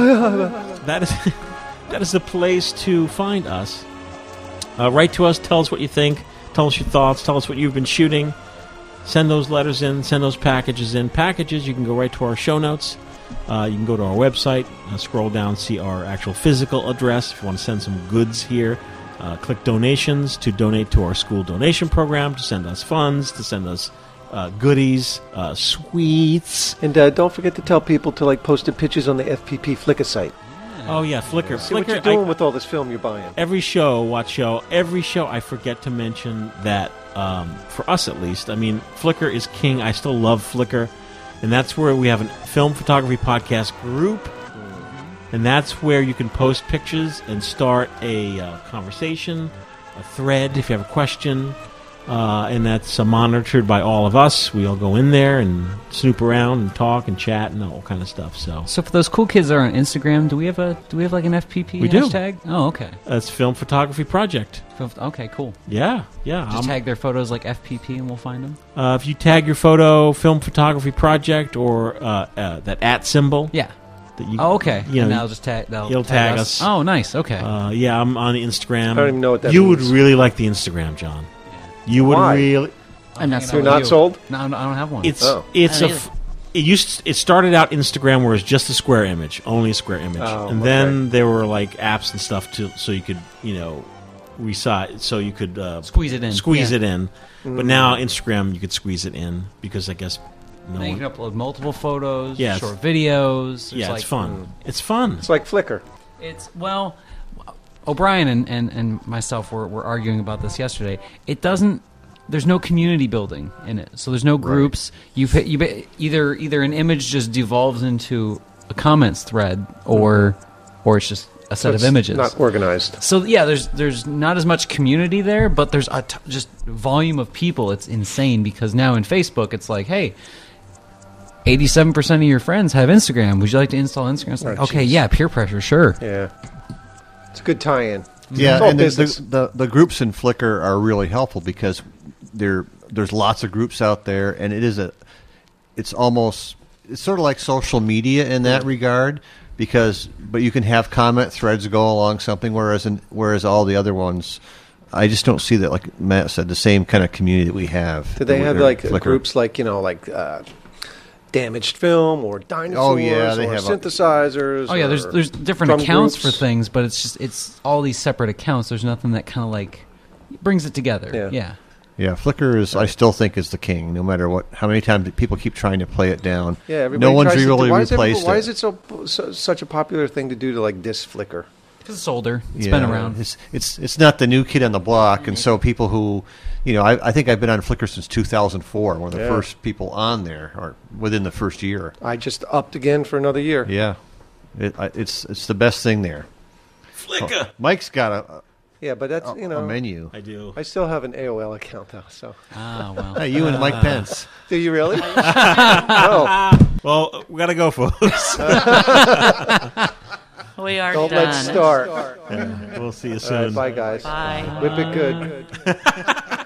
[SPEAKER 2] that is that is the place to find us. Uh, write to us. Tell us what you think. Tell us your thoughts. Tell us what you've been shooting. Send those letters in. Send those packages in. Packages. You can go right to our show notes. Uh, you can go to our website. Uh, scroll down. See our actual physical address. If you want to send some goods here, uh, click donations to donate to our school donation program. To send us funds. To send us uh, goodies. Uh, sweets.
[SPEAKER 1] And uh, don't forget to tell people to like post the pictures on the FPP Flickr site.
[SPEAKER 2] Oh yeah, Flickr.
[SPEAKER 1] See
[SPEAKER 2] Flickr.
[SPEAKER 1] what you're
[SPEAKER 2] I-
[SPEAKER 1] doing with all this film you're buying.
[SPEAKER 2] every show, watch show, every show, I forget to mention that um, for us at least. I mean, Flickr is king. I still love Flickr, and that's where we have a film photography podcast group,
[SPEAKER 1] Mm-hmm.
[SPEAKER 2] and that's where you can post pictures and start a uh, conversation, a thread if you have a question. Uh, and that's uh, monitored by all of us. We all go in there and snoop around and talk and chat and all kind of stuff. So
[SPEAKER 3] So for those cool kids that are on Instagram, do we have a do we have like an FPP
[SPEAKER 2] we do.
[SPEAKER 3] hashtag? Oh, okay.
[SPEAKER 2] That's Film Photography Project.
[SPEAKER 3] F- Okay, cool.
[SPEAKER 2] Yeah, yeah.
[SPEAKER 3] Just
[SPEAKER 2] I'm-
[SPEAKER 3] tag their photos like FPP, and we'll find them.
[SPEAKER 2] Uh, if you tag your photo, film photography project, or uh, uh, that at symbol,
[SPEAKER 3] Yeah.
[SPEAKER 2] That you,
[SPEAKER 3] Oh, okay.
[SPEAKER 2] You know,
[SPEAKER 3] And that'll just tag- that'll
[SPEAKER 2] you'll
[SPEAKER 3] tag
[SPEAKER 2] tag
[SPEAKER 3] us.
[SPEAKER 2] us.
[SPEAKER 3] Oh, nice. Okay.
[SPEAKER 2] Uh, yeah, I'm on Instagram.
[SPEAKER 1] I don't even know what that
[SPEAKER 2] You would
[SPEAKER 1] means.
[SPEAKER 2] really like the Instagram, John. You would
[SPEAKER 1] Why?
[SPEAKER 2] really.
[SPEAKER 4] I'm not
[SPEAKER 1] You're not sold?
[SPEAKER 3] No, I don't I don't have one.
[SPEAKER 2] It's
[SPEAKER 1] Oh.
[SPEAKER 2] it's a.
[SPEAKER 3] I
[SPEAKER 2] F- it used it started out Instagram where it's just a square image, only a square image,
[SPEAKER 1] Oh,
[SPEAKER 2] and then there were like apps and stuff to so you could you know resize so you could uh,
[SPEAKER 3] Squeeze it in,
[SPEAKER 2] squeeze
[SPEAKER 3] yeah.
[SPEAKER 2] it in.
[SPEAKER 3] Mm.
[SPEAKER 2] But now Instagram, you could squeeze it in because I guess no
[SPEAKER 3] Now you
[SPEAKER 2] one
[SPEAKER 3] can upload multiple photos,
[SPEAKER 2] Yeah, it's-
[SPEAKER 3] short videos.
[SPEAKER 2] yeah,
[SPEAKER 3] like-
[SPEAKER 2] it's
[SPEAKER 1] mm.
[SPEAKER 2] fun. It's fun. It's
[SPEAKER 1] like Flickr.
[SPEAKER 3] It's well, O'Brien and, and, and myself were, were arguing about this yesterday. It doesn't there's no community building in it, so there's no groups. You You you ba- either either an image just devolves into a comments thread, or or it's just a set
[SPEAKER 1] So
[SPEAKER 3] of
[SPEAKER 1] it's
[SPEAKER 3] images.
[SPEAKER 1] not organized.
[SPEAKER 3] So yeah, there's there's not as much community there, but there's a t- just volume of people. It's insane because now in Facebook, it's like, hey, eighty-seven percent of your friends have Instagram. Would you like to install Instagram? It's like,
[SPEAKER 1] Oh,
[SPEAKER 3] okay,
[SPEAKER 1] jeez.
[SPEAKER 3] yeah, peer pressure, sure.
[SPEAKER 1] Yeah. It's a good tie-in.
[SPEAKER 6] Yeah,
[SPEAKER 1] It's all
[SPEAKER 6] and the,
[SPEAKER 1] business.
[SPEAKER 6] the, the the groups in Flickr are really helpful because there there's lots of groups out there, and it is a it's almost it's sort of like social media in that regard because but you can have comment threads go along something, whereas in, whereas all the other ones. I just don't see that, like Matt said, the same kind of community that we have.
[SPEAKER 1] Do they
[SPEAKER 6] with
[SPEAKER 1] have
[SPEAKER 6] their
[SPEAKER 1] like
[SPEAKER 6] Flickr.
[SPEAKER 1] groups like you know like uh, damaged film or dinosaurs
[SPEAKER 6] Oh, yeah, they
[SPEAKER 1] or
[SPEAKER 6] have a-
[SPEAKER 1] synthesizers?
[SPEAKER 3] Oh yeah, there's
[SPEAKER 1] or
[SPEAKER 3] there's different
[SPEAKER 1] drum
[SPEAKER 3] accounts
[SPEAKER 1] groups?
[SPEAKER 3] for things, but it's just it's all these separate accounts. There's nothing that kind of like brings it together. Yeah.
[SPEAKER 6] Yeah, Flickr is. I still think is the king, no matter what. How many times people keep trying to play it down?
[SPEAKER 1] Yeah, everybody
[SPEAKER 6] no one's
[SPEAKER 1] tries to-
[SPEAKER 6] really
[SPEAKER 1] why is everyone-
[SPEAKER 6] replaced
[SPEAKER 1] Why
[SPEAKER 6] it.
[SPEAKER 1] is it so, so such a popular thing to do to like diss Flickr?
[SPEAKER 3] Because it's older.
[SPEAKER 1] It's
[SPEAKER 6] It's It's it's it's not the new kid on the block, and so people who, you know, I, I think I've been on Flickr since 2004, one of the
[SPEAKER 1] Yeah.
[SPEAKER 6] first people on there, or within the first year.
[SPEAKER 1] I just upped again for another year.
[SPEAKER 6] Yeah, it, I, it's it's the best thing there. Flickr.
[SPEAKER 2] Oh,
[SPEAKER 6] Mike's got a.
[SPEAKER 1] Yeah, but that's
[SPEAKER 6] Oh,
[SPEAKER 1] you know
[SPEAKER 6] menu. I
[SPEAKER 2] do.
[SPEAKER 1] I still have an AOL account though. So
[SPEAKER 3] ah
[SPEAKER 6] well. Hey, you and Mike Pence.
[SPEAKER 1] Do you really? no.
[SPEAKER 2] Well, we gotta go, folks.
[SPEAKER 4] We are
[SPEAKER 1] Don't
[SPEAKER 4] done.
[SPEAKER 1] let's start.
[SPEAKER 2] Yeah, we'll see you
[SPEAKER 1] All right,
[SPEAKER 2] soon.
[SPEAKER 1] bye, guys.
[SPEAKER 4] Bye.
[SPEAKER 1] Whip it good.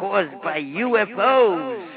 [SPEAKER 5] was by UFOs.